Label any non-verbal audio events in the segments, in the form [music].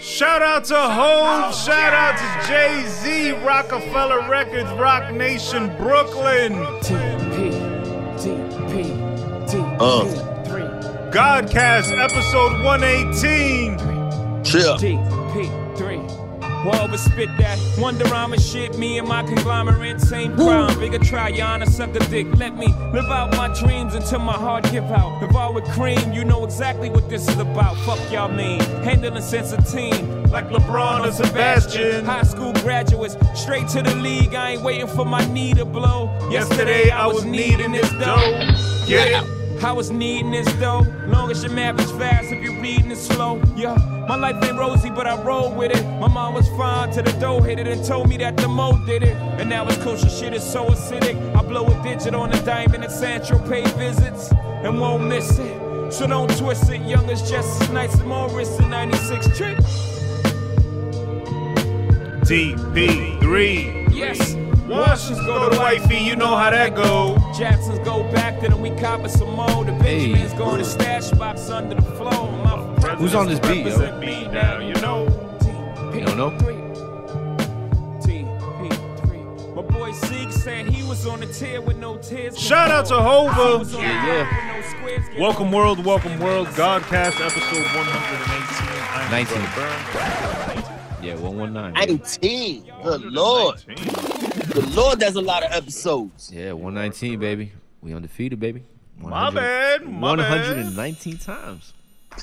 Shout out to Hove. Shout out to Jay Z, Rockefeller Records, Rock Nation, Brooklyn, TP, TP, TP, Uh. three, Godcast, episode 118. Chill. TP, three. Whoa, but spit that. Wonder I'm a shit. Me and my conglomerate, same crime. Bigger try, you honor, suck a dick. Let me live out my dreams until my heart give out. If I were cream, you know exactly what this is about. Fuck y'all mean. Handling sense of team. Like LeBron or Sebastian. Sebastian. High school graduates. Straight to the league. I ain't waiting for my knee to blow. Yesterday I was needing this dough. Get it? I was needing this though. Long as your map is fast, if you're reading it slow. Yeah, my life ain't rosy, but I roll with it. My mom was fine till the dough hit it and told me that the mo did it. And now it's kosher shit is so acidic. I blow a digit on a diamond and Sancho pay visits and won't miss it. So don't twist it, young is just as nice as Morris the 96 trick. DP3. Yes, Washington's go to wifey, you know how that go. Jackson's go back, then we cop us some more. The Benjamin's go in the stash box under the floor. My Who's on this beat, yo? represent me now, you know. You don't know? TP3. My boy Zeke said he was on the tier with no tears. Shout out to Hova. yeah. Welcome world, welcome world. Godcast episode 118. I'm 19. Brother Burns. Yeah, 119. 19. Good Lord. 119. Good Lord, that's a lot of episodes. Yeah, 119, baby. We undefeated, baby. My 100 bad, my bad. 119 times.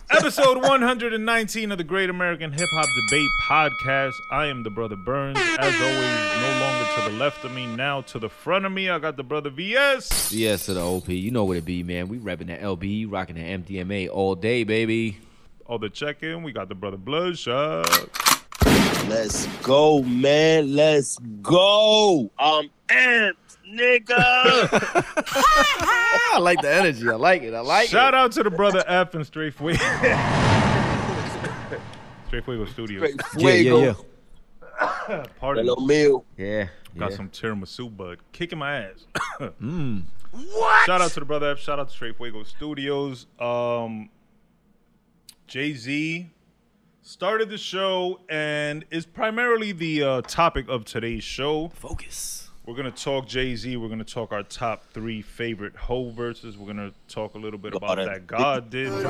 Episode 119 of the Great American Hip Hop Debate Podcast. I am the brother Burns. As always, no longer to the left of me, now to the front of me. I got the brother VS. Yes, to the OP. You know what it be, man. We repping the LB, rocking the MDMA all day, baby. All the check in. We got the brother Bloodshot. Let's go, man. Let's go. I'm amped, [laughs] nigga. Ah, I like the energy. I like it. I like Shout out to the brother F and Straight [laughs] Fuego. Straight Fuego Studios. Straight fuego. Yeah, yeah, yeah. Pardon Hello, me. Mill. Yeah. Got yeah. some tiramisu, bud. Kicking my ass. [coughs] Shout out to the brother F. Shout out to Straight Fuego Studios. Um, Jay Z started the show and is primarily the uh, topic of today's show. focus. We're gonna talk Jay Z. We're gonna talk our top three favorite Ho verses. We're gonna talk a little bit about Got it. Oh, that God did, verse.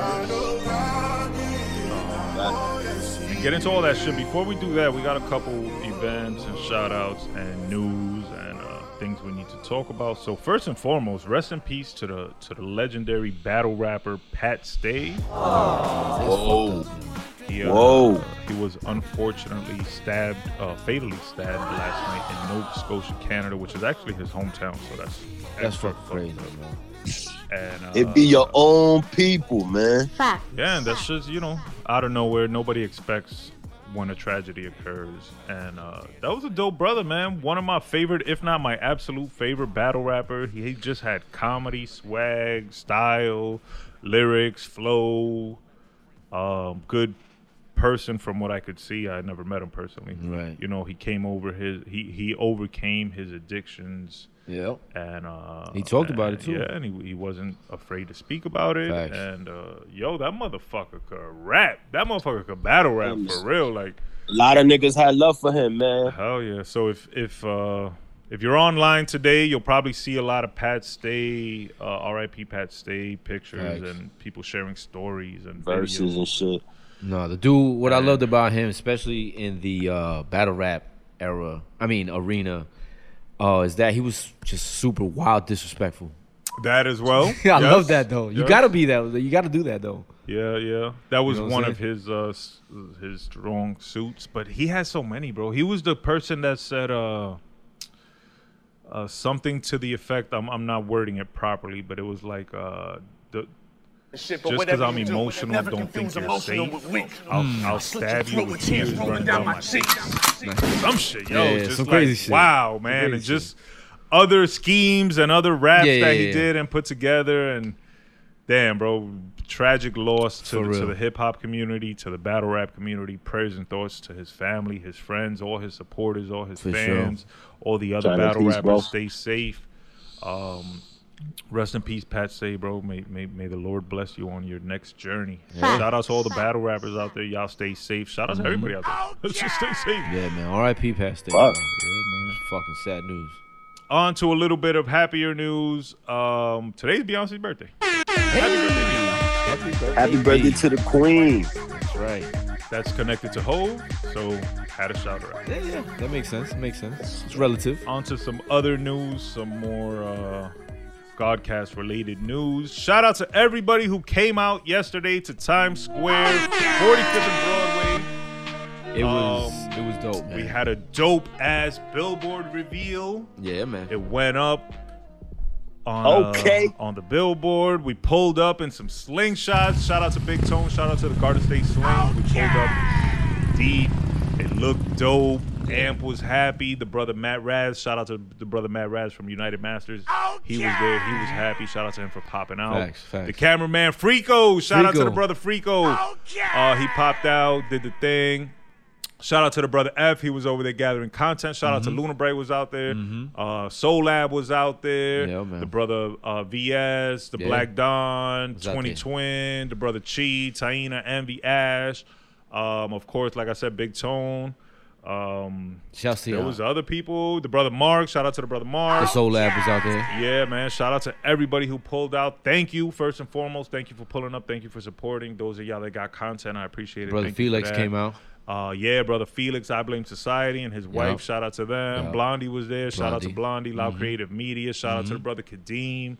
and get into all that shit. Before we do that, we got a couple events and shout outs and news and uh, things we need to talk about. So first and foremost, rest in peace to the to the legendary battle rapper Pat Stay. Whoa. He, uh, Whoa. He was unfortunately stabbed, uh, fatally stabbed last night in Nova Scotia, Canada, which is actually his hometown. So that's That's extra fucking crazy, fucked up. man. And uh, It be your own people, man. yeah, and that's just you know out of nowhere. Nobody expects when a tragedy occurs, and uh, that was a dope brother, man. One of my favorite, if not my absolute favorite, battle rapper. He, he just had comedy, swag, style, lyrics, flow. Um, good person from what I could see. I never met him personally. Right. You know, he came over his he he overcame his addictions Yep. and uh, He talked about and- it, too. Yeah, and he, he wasn't afraid to speak about it. Facts. And uh, yo, that motherfucker could rap. That motherfucker could battle rap for real. Like A lot of niggas had love for him, man. hell yeah. So if if uh, if you're online today, you'll probably see a lot of Pat Stay, uh, R.I.P. Pat Stay pictures Facts. and people sharing stories and Verses videos. and shit. No, the dude. What I loved about him, especially in the uh, battle rap era, I mean arena, uh, is that he was just super wild, disrespectful. [laughs] That as well. I love Yes. that though. You Yes. gotta be that. You gotta do that though. Yeah, yeah. That was know what I'm one of saying? his uh s- his strong suits, but he has so many, bro. He was the person that said uh uh something to the effect I'm I'm not wording it properly, but it was like uh the Shit, just because whatever I'm you do, emotional, never don't think confuse you're emotional safe. with weak. I'll, Mm. I'll stab you with tears running down my cheeks. Some shit, yo. Yeah, yeah, just some like, crazy shit. Wow, man. crazy And just other schemes and other raps Yeah, yeah, that he yeah. did and put together. And damn, bro, tragic loss to, For the- to real. the hip hop community, to the battle rap community. Prayers and thoughts to his family, his friends, all his supporters, all his For sure. fans, all the other Tryna battle please, rappers. bro. Stay safe. Um, Rest in peace, Pat Sabro. May, may may the Lord bless you on your next journey. Shout out to all the battle rappers out there. Y'all stay safe. Shout out to everybody out there. Let's [laughs] just stay safe. Mm-hmm. Oh, Yeah, man. R.I.P. Past Fuck. Fuck. Fucking sad news. On to a little bit of happier news. Um, today's Beyonce's birthday. Happy birthday to the queen. That's right. That's connected to Hove, so had a shout out. Yeah, yeah. That makes sense. Makes sense. It's relative. On to some other news, some more uh, Godcast related news. Shout out to everybody who came out yesterday to Times Square, 45th and Broadway. It was. it was dope, man. Um, We had a dope ass billboard reveal. yeah, man. It went up on uh, Okay. on the billboard. We pulled up in some slingshots. Shout out to Big Tone. Shout out to the Garden State Sling. We pulled up deep. It looked dope. Amp was happy. The brother Matt Raz. Shout out to the brother Matt Raz from United Masters. He was there. He was happy. Shout out to him for popping out. Facts, facts. The cameraman Freako. Shout out to the Freako. brother Freako. Uh, he popped out, did the thing. Shout out to the brother F. He was over there gathering content. Shout out to Mm-hmm. Luna Bray was out there. Uh, Soul Lab was out there. Yeah, man. The brother uh, VS, the Yeah. Black Don, out 20 there. Twin, the brother Chi, Taina, Envy, Ash. Um, of course, like I said, Big Tone. Um, Shout out to there y'all. was other people. The brother Mark. Shout out to the brother Mark. The Soul Lab was out there. Yeah, man. Shout out to everybody who pulled out. Thank you, first and foremost. Thank you for pulling up. Thank you for supporting. Those of y'all that got content, I appreciate it. Brother Thank you for Felix that. came out. Uh, yeah, brother Felix, I Blame Society, and his wife. Shout out to them. Yup. Blondie was there. Shout out to Blondie. Mm-hmm. Blondie, Loud Creative Media. Shout out to the brother Kadeem.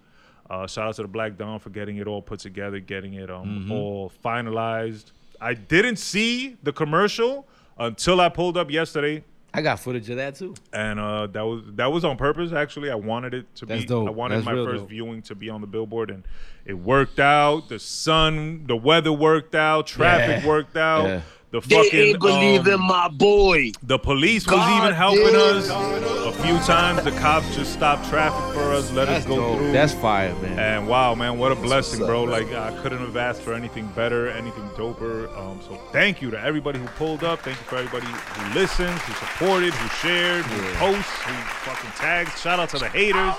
Uh, shout out to the Black Dawn for getting it all put together, getting it um, Mm-hmm. all finalized. I didn't see the commercial until I pulled up yesterday I got footage of that too. and uh, that was that was on purpose. Actually, I wanted it to That's be. dope. I wanted That's my real first dope. viewing to be on the billboard, and it worked out. The sun, the weather worked out. Traffic Yeah. worked out. Yeah. The They fucking ain't believe um, in my boy. the police was God, even helping dude. us a few times. The cops just stopped traffic for us, let us go through. That's fire, man. and wow, man, what a blessing, bro! Like I couldn't have asked for anything better, anything doper. Um, so thank you to everybody who pulled up. Thank you for everybody who listens, who supported, who shared, who posts, who fucking tags. Shout out to the haters.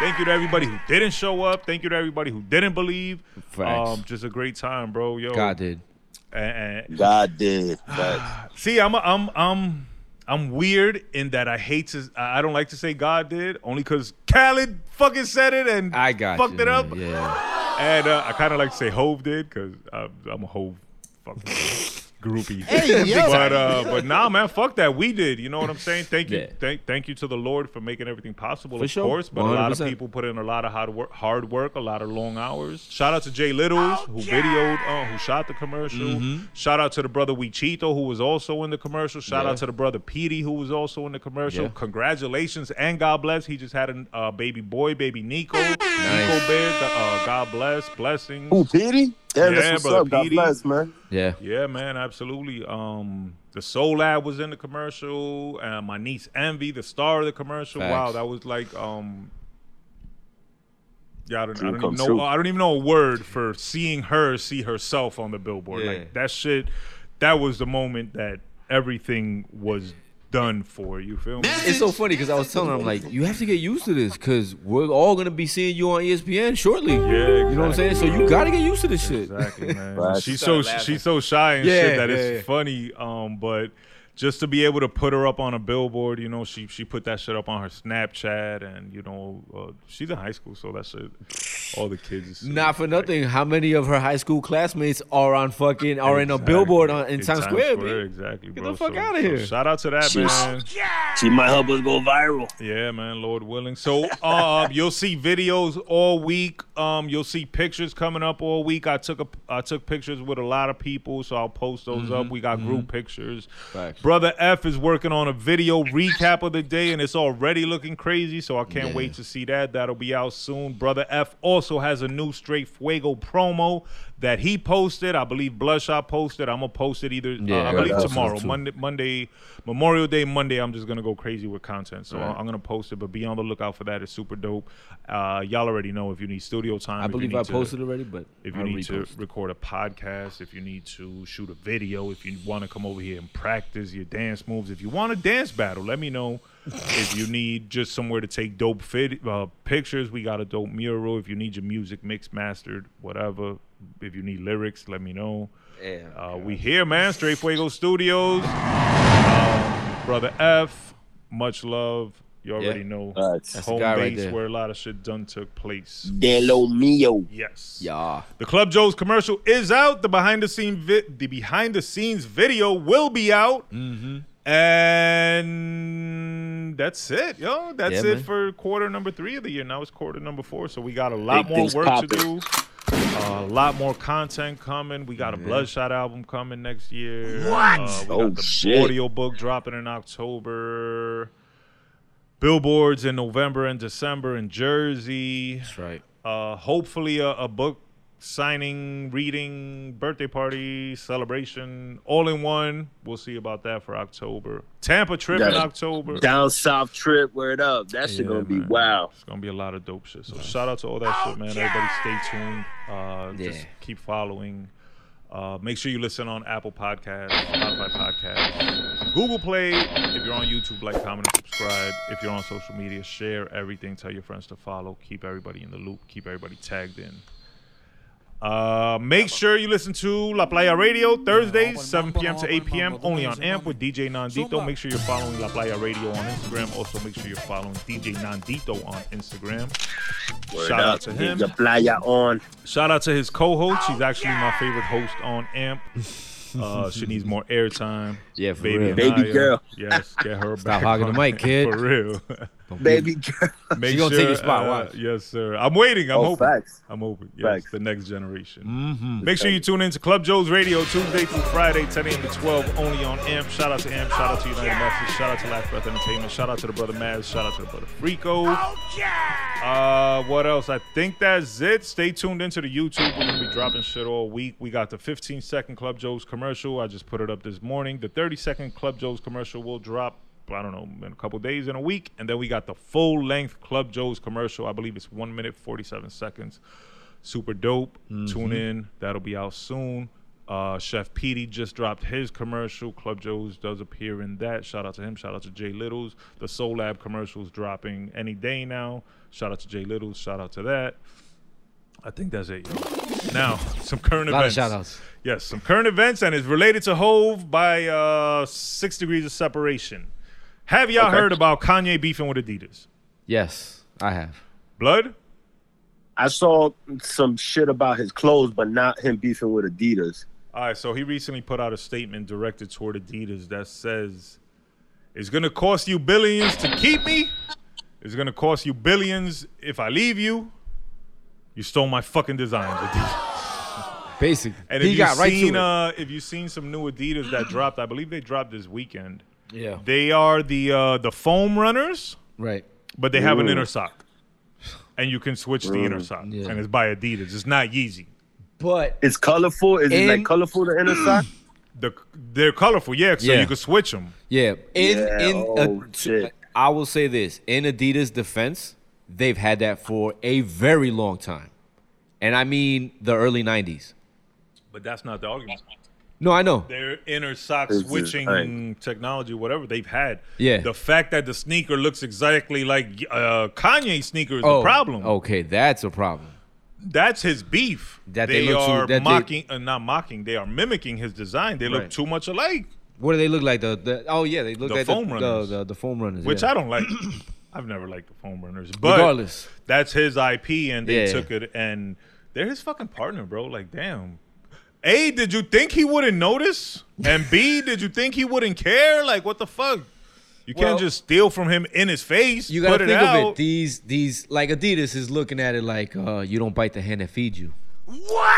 Thank you to everybody who didn't show up. Thank you to everybody who didn't believe. Facts. Um, just a great time, bro. Yo, God did. and- and- God did. But See, I'm I'm I'm I'm weird in that I hate to I I don't like to say God did only because Khaled fucking said it and I got fucked you, it man. up, Yeah. and uh, I kind of like to say Hove did because I'm, I'm a Hove fucking groupie. but uh, but nah, man, fuck that. We did. You know what I'm saying? Thank you, Yeah. thank thank you to the Lord for making everything possible. For of sure. course, but a lot of 100%. people put in a lot of hard work, hard work, a lot of long hours. Shout out to Jay Littles who videoed, uh, who shot the commercial. Mm-hmm. Shout out to the brother Wichito who was also in the commercial. Shout Yeah. out to the brother Petey who was also in the commercial. Yeah. Congratulations and God bless. He just had a uh, baby boy, baby Nico, Nico Nice. Bear. Uh, God bless, blessings. who, Petey? Damn, Yeah, that's what's brother up. God Petey. bless, man. [laughs] Yeah. Yeah, man, absolutely. Um, the Soul Lab was in the commercial. Uh, my niece Envy, the star of the commercial. Wow, Facts. that was like um. Yeah, I don't, I Dream don't come even know. true. I don't even know a word for seeing her see herself on the billboard. Yeah. Like that shit. That was the moment that everything was done for. You feel me? It's so funny because I was telling him like, you have to get used to this because we're all gonna be seeing you on E ESPN shortly. Yeah, You know what I'm saying? So you gotta get used to this shit. Exactly, man. Right. She's so she's so shy and shit Yeah, that yeah, it's yeah. funny. Um, but just to be able to put her up on a billboard, you know, she she put that shit up on her Snapchat, and you know, uh, she's in high school, so that shit, all the kids. see Not for it. nothing. How many of her high school classmates are on fucking are in a Exactly. billboard on, in Times Square? man? exactly. Get the fuck outta here. shout out to that Jeez. man. She might help us go viral. Yeah, man. Lord willing. So, uh, you'll see videos all week. Um, you'll see pictures coming up all week. I took a I took pictures with a lot of people, so I'll post those up. We got group pictures. Mm-hmm. Facts. Brother F is working on a video recap of the day, and it's already looking crazy. So I can't Yeah. wait to see that. That'll be out soon. Brother F also has a new Straight Fuego promo that he posted. I believe Bloodshot posted. I'm gonna post it either. Yeah, uh, I I believe got that tomorrow, too. Monday. Monday, Monday, Memorial Day Monday, I'm just gonna go crazy with content. So Right. I'm gonna post it, but be on the lookout for that. It's super dope. Uh, y'all already know if you need studio time. I if you believe need I to- posted already, but If you I'll need to repost. record a podcast, if you need to shoot a [laughs] video, if you want to come over here and practice your dance moves, if you want a dance battle, let me know. If you need just somewhere to take dope fit, uh, pictures, we got a dope mural. If you need your music mixed, mastered, whatever. If you need lyrics, let me know. Yeah. Uh, we here, man. Straight Fuego Studios. Um, Brother F, much love. You already know. That's- That's the Home guy right base there. where a lot of shit done took place. De lo mio. Yes. yeah. The Club Joe's commercial is out. The behind the scene vi- the behind the scenes video will be out. Mm-hmm. And that's it, yo. That's Yeah, it man. for quarter number three of the year. Now it's quarter number four, so we got a lot Big more things work to popping. do. A lot more content coming. We got a Bloodshot album coming next year. What? we Oh, got the shit. audio book dropping in October. Billboards in November and December in Jersey That's right. uh, hopefully a, a book signing, reading, birthday party, celebration, all in one. We'll see about that for October. Tampa trip in Yeah. October. Down south trip, word up. That shit Yeah, gonna be man. wow. It's gonna be a lot of dope shit. So shout out to all that shit, man. Everybody stay tuned. Uh, Just Yeah. keep following. Uh, make sure you listen on Apple Podcasts, Spotify Podcasts, Google Play. If you're on YouTube, like, comment, and subscribe. If you're on social media, share everything. Tell your friends to follow. Keep everybody in the loop. Keep everybody tagged in. Uh, make sure you listen to La Playa Radio Thursdays, 7 p.m. to 8 p.m. only on AMP with DJ Nandito. Make sure you're following La Playa Radio on Instagram. Also, make sure you're following DJ Nandito on Instagram. Word Shout up. out to him. Get your playa on. Shout out to his co-host. Oh, She's actually my favorite host on [laughs] AMP. Uh, she needs more airtime. Yeah, for baby, real. and Baby Naya. girl. Yes, get her [laughs] Stop back hogging the on mic, kid. [laughs] for [laughs] real. Baby girl. Make She gonna take your spot, uh, watch. yes, sir. I'm waiting. I'm Oh, hoping. facts. I'm hoping. Yes, Facts. the next generation. Mm-hmm. Make sure you tune in to Club Joe's Radio Tuesday through Friday, 10 a.m. to 12, only on AMP. Shout out to AMP. Shout out to United Methodist. Shout out to Last Breath Entertainment. Shout out to the brother Maz. Shout out to the brother Frico. Uh, what else? I think that's it. Stay tuned into the YouTube. We're gonna be dropping shit all week. We got the 15 second Club Joe's commercial. I just put it up this morning. The 30 second Club Joe's commercial will drop. I don't know in a couple days in a week, and then we got the full length Club Joe's commercial. I believe it's one minute 47 seconds. Super dope. Tune in. That'll be out soon. Uh, Chef Petey just dropped his commercial. Club Joe's does appear in that. Shout out to him. Shout out to Jay Littles. The Soul Lab commercial is dropping any day now. Shout out to Jay Littles. Shout out to that. I think that's it. yo. Now, some current A lot of events. shout outs. Yes, some current events, and it's related to Hove by uh, Six Degrees of Separation. Have y'all heard about Kanye beefing with Adidas? Yes, I have. Blood? I saw some shit about his clothes, but not him beefing with Adidas. All right, so he recently put out a statement directed toward Adidas that says, It's going to cost you billions to keep me. It's going to cost you billions if I leave you. You stole my fucking designs, Adidas. Basic. And if he you've got right seen, to it. uh, if you've seen some new Adidas that dropped, I believe they dropped this weekend. yeah. They are the uh, the foam runners, Right. but they have an inner sock, and you can switch the inner sock, Yeah. and it's by Adidas. It's not Yeezy. But It's colorful. Is it And- like colorful the inner [clears throat] side? The, they're colorful, yeah. So Yeah. you can switch them. yeah, in Yeah, in oh, uh, shit. I will say this, in Adidas defense, they've had that for a very long time. And I mean the early 90s. But that's not the argument. No, I know. Their inner sock This is switching right. technology, whatever they've had. Yeah. The fact that the sneaker looks exactly like uh, Kanye sneaker is oh, the problem. Okay, that's a problem. That's his beef. That they look too- are that they- mocking, uh, not mocking. They are mimicking his design. They look Right. too much alike, What do they look like? The, the oh yeah, they look The like foam the, the, runners. the the foam runners. which yeah. I don't like. [clears throat] I've never liked the foam runners, but Regardless. that's his IP, and they Yeah. took it, and they're his fucking partner, bro. Like, damn. A, did you think he wouldn't notice? And [laughs] B, did you think he wouldn't care? Like, what the fuck? You Well- can't just steal from him in his face. You gotta put think it out. of it. These these like Adidas is looking at it like uh, you don't bite the hand that feeds you.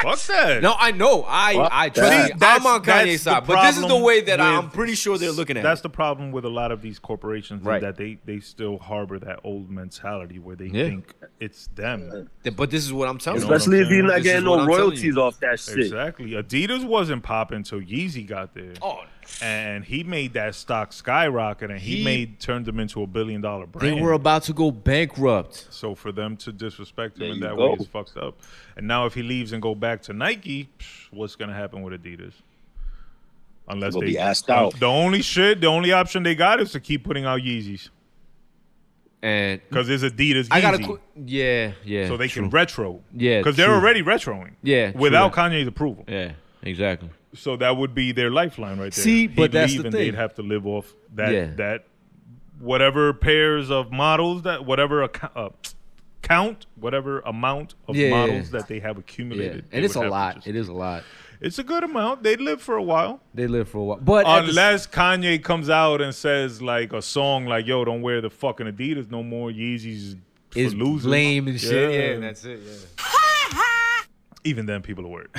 Fuck that. No, I know. I I that. try. See, that's- I'm on that's the Kanye's side, but this is the problem way that I'm with- pretty sure they're looking at. That's it. the problem with a lot of these corporations, is Right. that they, they still harbor that old mentality where they Yeah. think it's them. Th- But this is what I'm telling You you. know what I'm Especially if you're saying? This not is getting what no I'm telling royalties you. off that shit. Exactly. Adidas wasn't popping until Yeezy got there. Oh, and he made that stock skyrocket and he, He- made turned them into a billion dollar they brand. were about to go bankrupt. so for them to disrespect him There in you that go. way is fucked up. And now if he leaves and go back to Nike, psh, what's gonna happen with Adidas? Unless Gonna they be asked out. The only shit, the only option they got is to keep putting out Yeezys. and because it's Adidas. Yeezy, I gotta, qu- yeah, yeah. so they true. can retro. Yeah, because they're true. already retroing. Yeah, true without that. Kanye's approval. Yeah, exactly. So that would be their lifeline right there. See, He'd but that's leave the and thing. They'd have to live off that Yeah. that whatever pairs of models that whatever account, uh, count whatever amount of Yeah, yeah, models yeah. that they have Yeah, accumulated. they and it's would a have to lot. just- It is a lot. It's a good amount. They live for a while, They live for a while, but at the s- unless Kanye comes out and says like a song like "Yo, don't wear the fucking Adidas no more. Yeezys for it's losers." lame and shit. Yeah, and that's it. Yeah. even then people will [laughs] work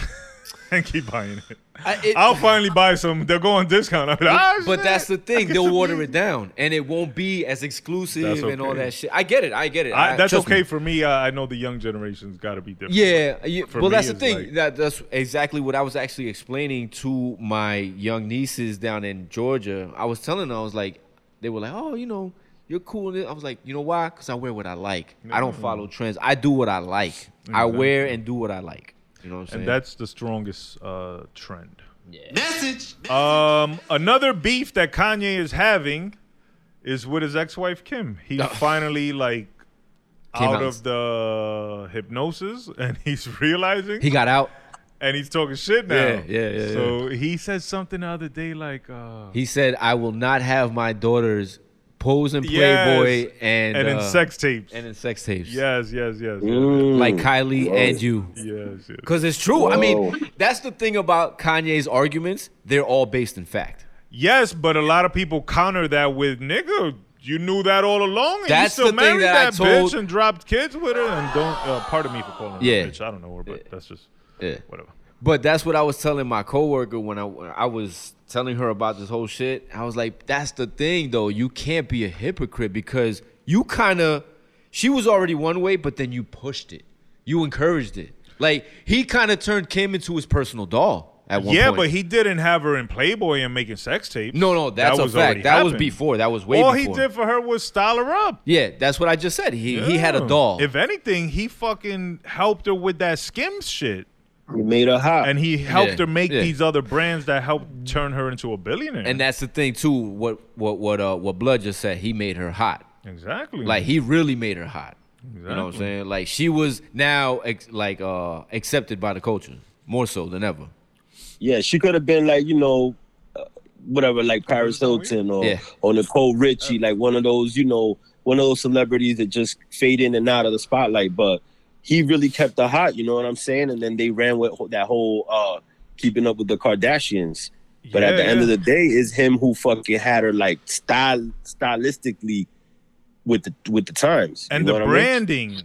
and keep buying it. I- it- I'll finally buy some. They'll go on discount. I'll be like, "Ah, But shit, that's the I thing; get they'll some water Yeezys." it down, and it won't be as exclusive That's and all okay. that shit. I get it. I get it. I, that's trust me. okay for me. I, I know the young generation's got to be different. Yeah, yeah for well, me, that's the it's thing. like- that that's exactly what I was actually explaining to my young nieces down in Georgia. I was telling them, I was like, they were like, "Oh, you know, you're cool." And I was like, "You know why? Because I wear what I like. I don't follow Mm. trends. I do what I like. I wear and do what I like." You know what I'm saying? and that's the strongest uh, trend. Message. Um, another beef that Kanye is having is with his ex-wife Kim. He's finally like Came out, out. of the hypnosis, [laughs] and he's realizing, he got out. and he's talking shit now. Yeah, yeah, yeah, So he said something the other day like, uh, He said, "I will not have my daughters pose in Yes. Playboy and and in uh, sex tapes. and in sex tapes, yes, yes, yes, like Kylie and you." yes, yes. Because it's true. I mean, Whoa. that's the thing about Kanye's arguments. They're all based in fact. Yes, but a lot of people counter that with nigga. You knew that all along, and That's you still the thing married that I that, told- bitch and dropped kids with her. And don't, uh, pardon me for calling her Yeah. a bitch. I don't know her, but that's just Yeah. whatever. But that's what I was telling my coworker when I, when I was telling her about this whole shit. I was like, that's the thing, though. You can't be a hypocrite because you kind of, she was already one way, but then you pushed it. You encouraged it. Like, he kind of turned Kim into his personal doll at one yeah, point. but he didn't have her in Playboy and making sex tapes. No, no, that's that a was already fact. That was happened. before. That was way All before. he did for her was style her up. yeah, that's what I just said. He, he had a Yeah. doll. If anything, he fucking helped her with that Skims shit, You Mm, made her hot. and he helped Yeah, her make yeah. these other brands that helped turn her into a billionaire. And that's the thing too. What what what uh what Blood just said. He made her hot. exactly Like he really made her hot. You know what I'm Mm. Exactly. saying? Like she was now ex- like uh accepted by the culture more so than ever. Yeah, she could have been like you know, uh, whatever, like Paris Hilton or Yeah. or Nicole Richie, Uh, like one of those, you know, one of those celebrities that just fade in and out of the spotlight. But he really kept her hot, you know what I'm saying? And then they ran with ho- that whole uh keeping up with the Kardashians. But at the end of the day, it's him who fucking had her like style stylistically with the with the times You and know the what I mean? branding.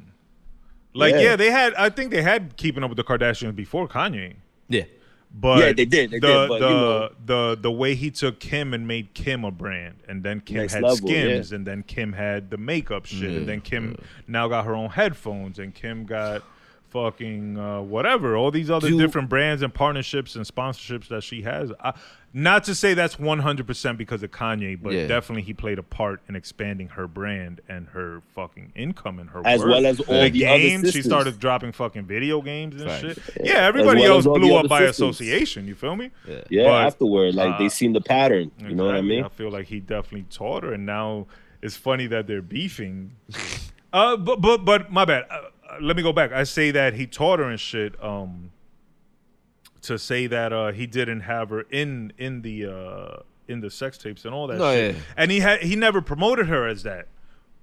Like, yeah. Yeah. they had. I think they had Keeping Up with the Kardashians before Kanye, Yeah. but Yeah, they did, they the did, but, the, you know. the the way he took Kim and made Kim a brand, and then Kim Next had level, Skims, and then Kim had the makeup shit, and Mm, then Kim now got her own headphones, and Kim got fucking uh, whatever, all these other Do- different brands and partnerships and sponsorships that she has. I, not to say that's 100% because of Kanye, but Yeah. definitely he played a part in expanding her brand and her fucking income and her As work. well as all the other games. she sisters. started dropping fucking video games and Facts. shit. Yeah, everybody well else as all blew the up other by sisters. association. You feel me? Yeah. Yeah, But- afterward, like uh, they seen the pattern. You know what I Exactly. mean? I feel like he definitely taught her, and now it's funny that they're [laughs] beefing. uh, but but but my bad. Uh, uh, let me go back. I say that he taught her and shit. Um, to say that uh he didn't have her in in the uh in the sex tapes and all that No, shit, yeah. and he had he never promoted her as that.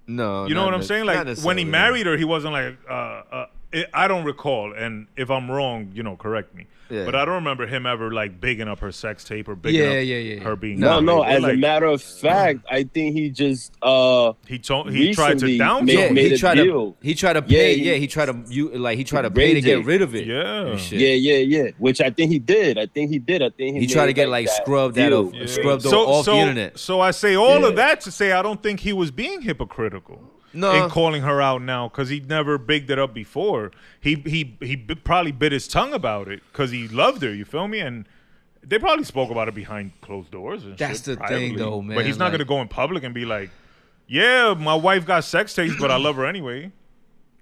No. You know not what I'm ne- saying? not Like when necessarily. he married her, he wasn't like. Uh, uh, it, I don't recall, and if I'm wrong, you know, correct me. Yeah. But I don't remember him ever like bigging up her sex tape or bigging Yeah, up yeah, yeah, yeah. her being. No, gay. no. But, As a like, matter of mm. fact, I think he just uh he told he tried to recently down. made- Yeah, Yeah, made he a tried to deal. he tried to Yeah, pay. he- yeah, he tried to you like he tried to pay to get Rage it. rid of it. yeah. and shit. yeah, yeah, yeah. Which I think he did. I think he did. I think he, He made tried to get like, that scrubbed out deal. of scrubbed off so, the internet. So I say all of Yeah. that to say I don't think he was being hypocritical. No. In calling her out now because he never bigged it up before. He he he bi- probably bit his tongue about it because he loved her. You feel me? And they probably spoke about it behind closed doors. And That's shit the thing, privately. though, But he's not man, like- gonna go in public and be like, "Yeah, my wife got sex tapes, but I love her anyway."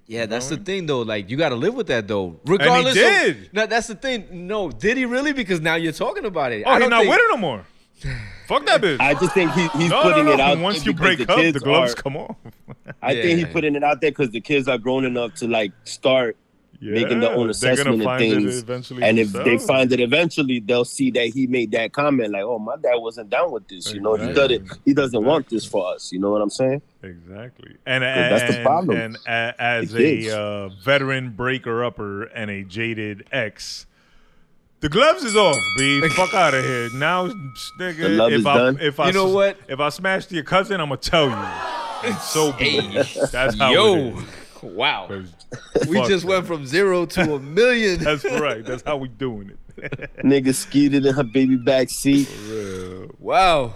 Yeah, that's the thing though. Like you got to live with that though. Regardless, of- did. no, that's the thing. No, did he really? Because now you're talking about it. Oh, I he's don't not think- [sighs] with her no more. Fuck that bitch. I just think he, he's no, putting no, no. it out there Once you because break up, the kids gloves are- come off. [laughs] I think he Yeah. putting it out there because the kids are grown enough to like start making their Yeah, they're own gonna assessment of find it things. eventually And if they themselves. find it eventually, they'll see that he made that comment, like, "Oh, my dad wasn't down with this. You know, he does Exactly. it. He doesn't want this for us. You know what I'm saying? Exactly, and that's the and- problem. And a, as It is. a uh, veteran breaker upper and a jaded ex, the gloves is off. [laughs] B, fuck out of here now, nigga. The love if is I done. if I You know s- what? if I smashed your cousin, I'm gonna tell you. And so be it. [laughs] that's how Yo, it is. wow. 'Cause We fuck just that. went from zero to a million. That's right. That's how we doing it. [laughs] Nigga skeeted in her baby back seat, Wow.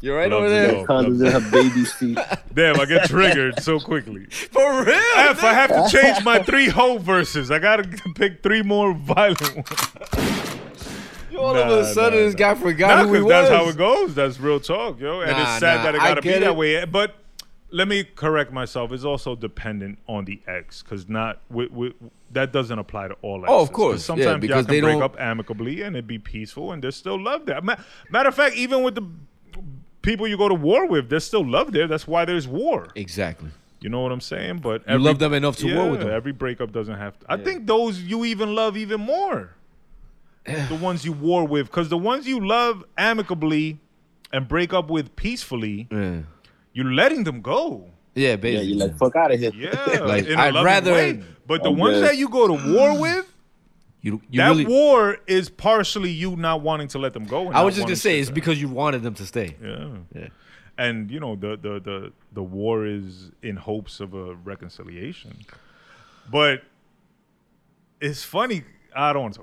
You're right Love over to there. know. condoms in her [laughs] baby's feet. Damn, I get triggered so quickly. For real. F, I have to change my three whole verses. I gotta pick three more violent ones. dude. All of Nah, a sudden, nah, this nah. guy forgot Nah, who he 'cause was. that's how it goes. That's real talk, yo. And Nah, it's sad nah, that it I gotta be get it. that way. But let me correct myself. It's also dependent on the ex, because not wi wi that doesn't apply to all exes. Oh, of 'Cause course. Yeah, Sometimes because y'all can they break don't- up amicably and it be peaceful, and there's still love there. Ma- Matter of fact, even with the people you go to war with, there's still love there. That's why there's war. Exactly. You know what I'm saying? But You love them enough to yeah, war with them. Every breakup doesn't have to. I think those you even love even [sighs] more. the ones you war with, because the ones you love amicably and break up with peacefully, Yeah. you're letting them go. [laughs] Yeah, Yeah, basically. you like fuck out of here. Yeah, Like, in a I'd loving rather- way. But the I'm ones good. that you go to war with, you, you that really. war is partially you not wanting to let them go. and I not was just wanting gonna say to- it's because you wanted them to stay. Yeah. Yeah. And you know the the the the war is in hopes of a reconciliation, but it's funny. I don't want to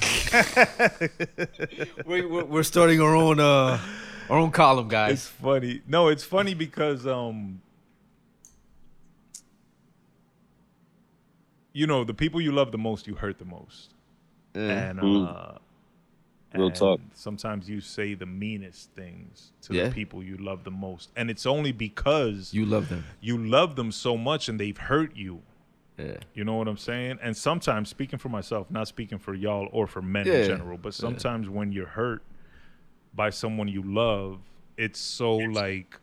talk about this. [laughs] We're, we're, we're starting our own uh our own column, It's guys. funny. No, it's funny because um, you know the people you love the most, you hurt the most, Yeah. Mm-hmm. and uh, Real and talk. Sometimes you say the meanest things to Yeah. the people you love the most, and it's only because you love them. you love them so much and they've hurt you. Yeah. You know what I'm saying? And sometimes, speaking for myself, not speaking for y'all or for men Yeah. in general, but sometimes when you're hurt by someone you love, it's so like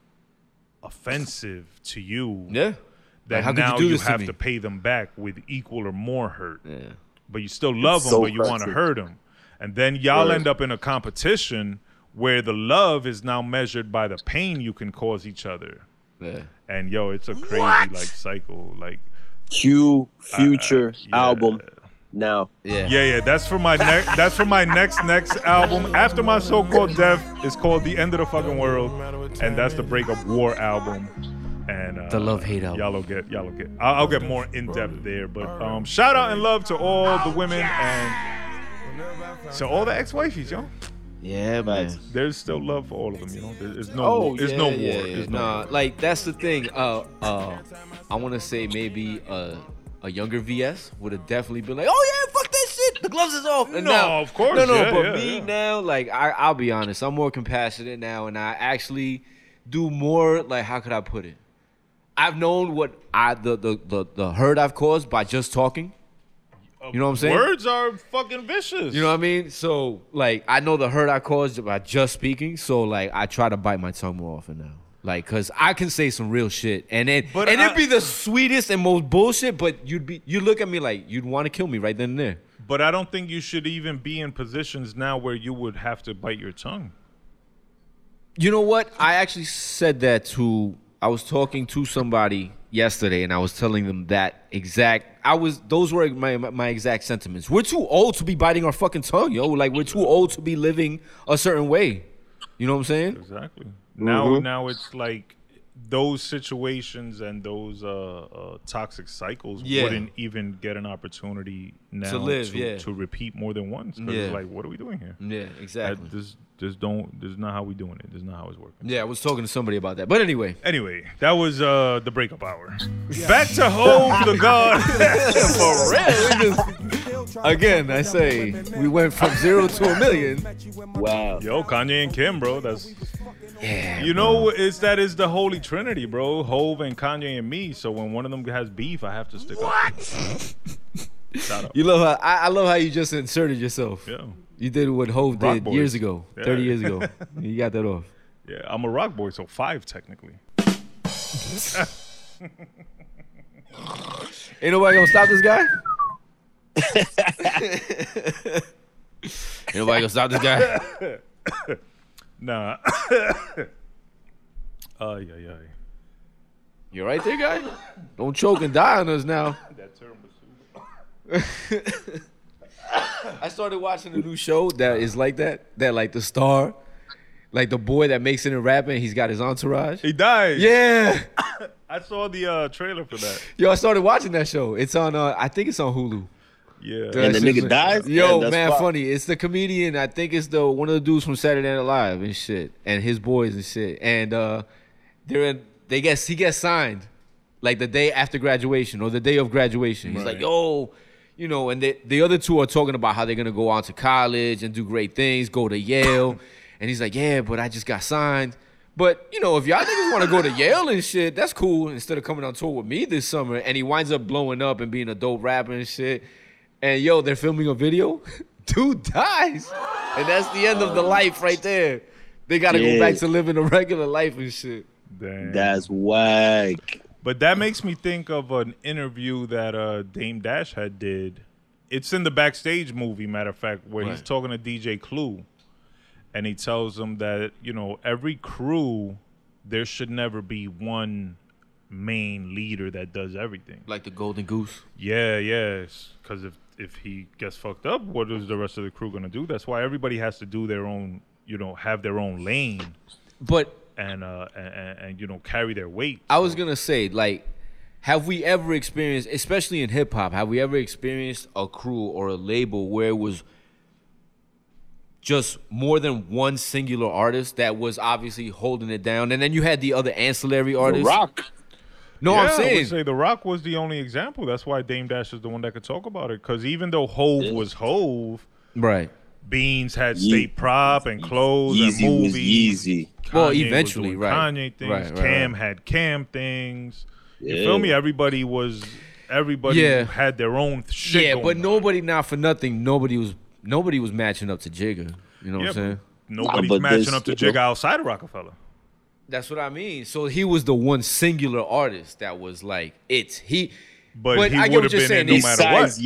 offensive to you Yeah. that Like, how could you now do you, this to have me? to pay them back with equal or more hurt. Yeah. But you still love them, so but you want to offensive. hurt them. And then y'all Right. end up in a competition where the love is now measured by the pain you can cause each other. Yeah. And yo, it's a crazy like cycle. Like Q Future Uh, yeah. album now. Yeah. Yeah, yeah, that's for my next. That's for my next next album. After my so-called death, it's called "The End of the Fucking World," and that's the breakup war album. And uh, The love hate album. Y'all'll get, y'all'll get. I'll, I'll get more in depth there. But um, shout out and love to all the women and to all the ex-wifeys, yo. Yeah, man. There's still love for all of them, you know. There- There's no, Oh, war. There's yeah, no war. yeah, yeah. There's no nah, war. like that's the thing. Uh, uh, I want to say maybe uh, a younger VS would have definitely been like, "Oh yeah, fuck that shit. The gloves is off." And No, now- of course, No, no. yeah, but yeah, me yeah. now, like, I, I'll be honest. I'm more compassionate now, and I actually do more. Like, how could I put it? I've known what I the the the, the hurt I've caused by just talking. You know what I'm saying? Words are fucking vicious. You know what I mean? So like I know the hurt I caused by just speaking, so like I try to bite my tongue more often now. Like cause I can say some real shit and it But and I- it'd be the sweetest and most bullshit, but you'd be you look at me like you'd want to kill me right then and there. But I don't think you should even be in positions now where you would have to bite your tongue. You know what? I actually said that to I was talking to somebody yesterday and I was telling them that exact I was those were my my- my exact sentiments. We're too old to be biting our fucking tongue, yo. Like we're too old to be living a certain way. You know what I'm saying? Exactly. Now, now it's like those situations and those uh, uh, toxic cycles Yeah. wouldn't even get an opportunity now live, yeah. to repeat more than once. 'cause Yeah. it's like, what are we doing here? Yeah, That- exactly. this, this don't. This is not how we doing it. This is not how it's working. Yeah, I was talking to somebody about that. But anyway, [laughs] Anyway, that was uh, the breakup hour. Back to home, [laughs] the god. For real. again, I say we went from zero to a million. Wow. Yo, Kanye and Kim, bro. That's you know, it's that is the holy trinity, bro. Hove and Kanye and me. So when one of them has beef, I have to stick up. Shout out. You love how I, I love how you just inserted yourself. Yeah. You did what Hove Rock did boys. years ago, Yeah. 30 years [laughs] ago. you got that off. Yeah, I'm a rock boy, so five technically. Ain't nobody gonna stop [laughs] this guy? Ain't nobody gonna stop [laughs] this guy? Nah. [coughs] uh, yeah, yeah. You right [laughs] there, guy? Don't choke and die on us now. That term was super. [laughs] I started watching a new show that is like that. That like the star, like the boy that makes it in rapping. He's got [laughs] his entourage. He died. Yeah, I saw the uh, trailer for that. yo, I started watching that show. It's on. Uh, I think it's on Hulu. Yeah. That the shit's nigga like- dies? Yo, Yeah, that's man, fucked. funny. It's the comedian. I think it's the one of the dudes from Saturday Night Live and shit, and his boys and shit. And uh, they're in, they guess he gets signed, like the day after graduation or the day of graduation. He's like, Right. yo, you know. And they, the other two are talking about how they're gonna go on to college and do great things, go to [coughs] Yale. and he's like, yeah, but I just got signed. But you know, if y'all niggas want to go to Yale and shit, that's cool. Instead of coming on tour with me this summer, and he winds up blowing up and being a dope rapper and shit. And yo, they're filming a video. [laughs] Dude dies, and that's the end of the life right there. They gotta go Yeah. back to living a regular life and shit. Damn. That's whack. But that makes me think of an interview that uh, Dame Dash had did. It's in the backstage movie, matter of fact, where he's Right. talking to DJ Clue, and he tells him that you know every crew there should never be one main leader that does everything. Like the golden goose. Yeah, yes. Because if if he gets fucked up, what is the rest of the crew gonna do? That's why everybody has to do their own, you know, have their own lane But and uh and, and, and you know carry their weight. I was gonna say, like, have we ever experienced, especially in hip hop, have we ever experienced a crew or a label where it was just more than one singular artist that was obviously holding it down, and then you had the other ancillary The artists? Rock. No, yeah, I'm I saying would say The Rock was the only example. That's why Dame Dash is the one that could talk about it. Because even though Hove was Hove, right. Beans had Ye- state prop and clothes Yeezy and was movies. Yeezy. Kanye Well, was eventually, doing right. Kanye things. Right, right, Cam right. had Cam things. You Yeah. feel me? Everybody was. Everybody Yeah. had their own shit. Yeah, going but on. nobody, not for nothing, nobody was nobody was matching up to Jigga. You Yeah, know what I'm but saying? nobody's but matching this- up to Jigga outside of Rockefeller. That's what I mean. So he was the one singular artist that was like it. He, But he I get would've what you're been saying. in no He matter what. Besides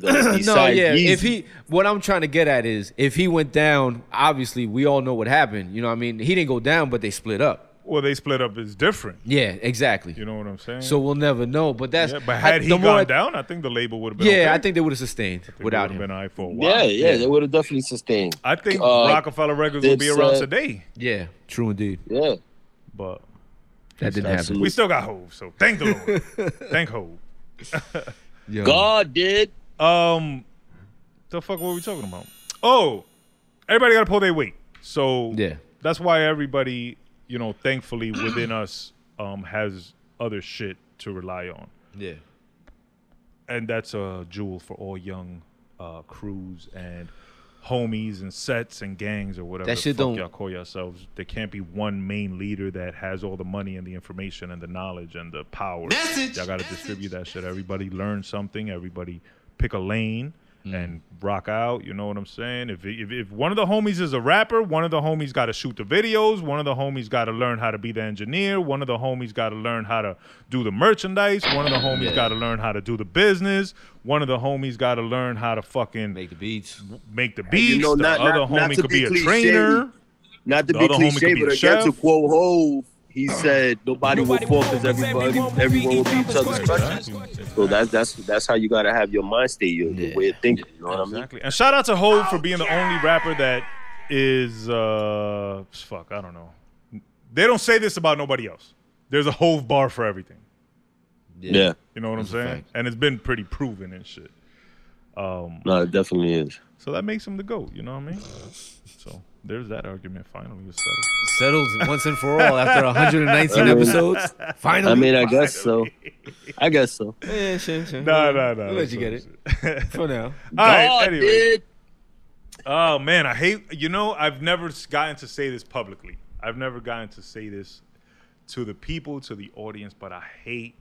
[clears throat] though. no, Besides yeah. Yeezy. If he, what I'm trying to get at is, if he went down, obviously we all know what happened. You know, what I mean, he didn't go down, but they split up. Well, they split up is different. Yeah, exactly. You know what I'm saying? So we'll never know. But that's yeah, but I- had he the gone more I- down, I think the label would have been. Yeah, okay. I think they would have sustained They without would've him. been all right for a while. yeah, yeah, they would have definitely sustained. I think Uh, Rockefeller Records would be around uh, Dipset. today, Yeah, true indeed. Yeah. but That didn't happen. Absolutely. we still got Hove. So thank the [laughs] Lord. thank Hove. Yo. God did. Um, the fuck were we talking about? Oh, everybody got to pull their weight. So Yeah. that's why everybody, you know, thankfully within us, um, has other shit to rely on. Yeah. and that's a jewel for all young uh, crews and homies and sets and gangs or whatever That the shit fuck don't- y'all call yourselves. There can't be one main leader that has all the money and the information and the knowledge and the power. Y'all got to distribute that shit. Everybody learn something. Everybody pick a lane. And rock out, you know what I'm saying? If, if if one of the homies is a rapper, one of the homies got to shoot the videos, one of the homies got to learn how to be the engineer, one of the homies got to learn how to do the merchandise, one of the homies Yeah. got to learn how to do the business. One of the homies got to learn how to fucking make, Make the beats. the beats. know, the not- other not- homie not to could be be, a cliche. trainer. Not to The be other homie could cliche, be but a again to chef. Uh-huh. quote Hove, he said nobody will fall because everybody, everyone will be each other's crutches. Hmm. So that's that's that's how you gotta have your mind state, your, your Yeah. way of thinking. You know what I mean? Exactly. And shout out to Hove for being the only rapper that is uh fuck, I don't know. They don't say this about nobody else. There's a Hove bar for everything. Yeah, You know what That's I'm a saying? fact. And it's been pretty proven and shit. no, it definitely is. So that makes him the GOAT, you know what I [laughs] mean? So there's that argument finally was settled. Settled once and for all after [laughs] 119 episodes. Finally. I mean, I guess so. I guess so. yeah, sure, sure. No, no, no. We'll let you get it [laughs] for now. All right, God anyway. did. Oh man, I hate. You know, I've never s- gotten to say this publicly. I've never gotten to say this to the people, to the audience, but I hate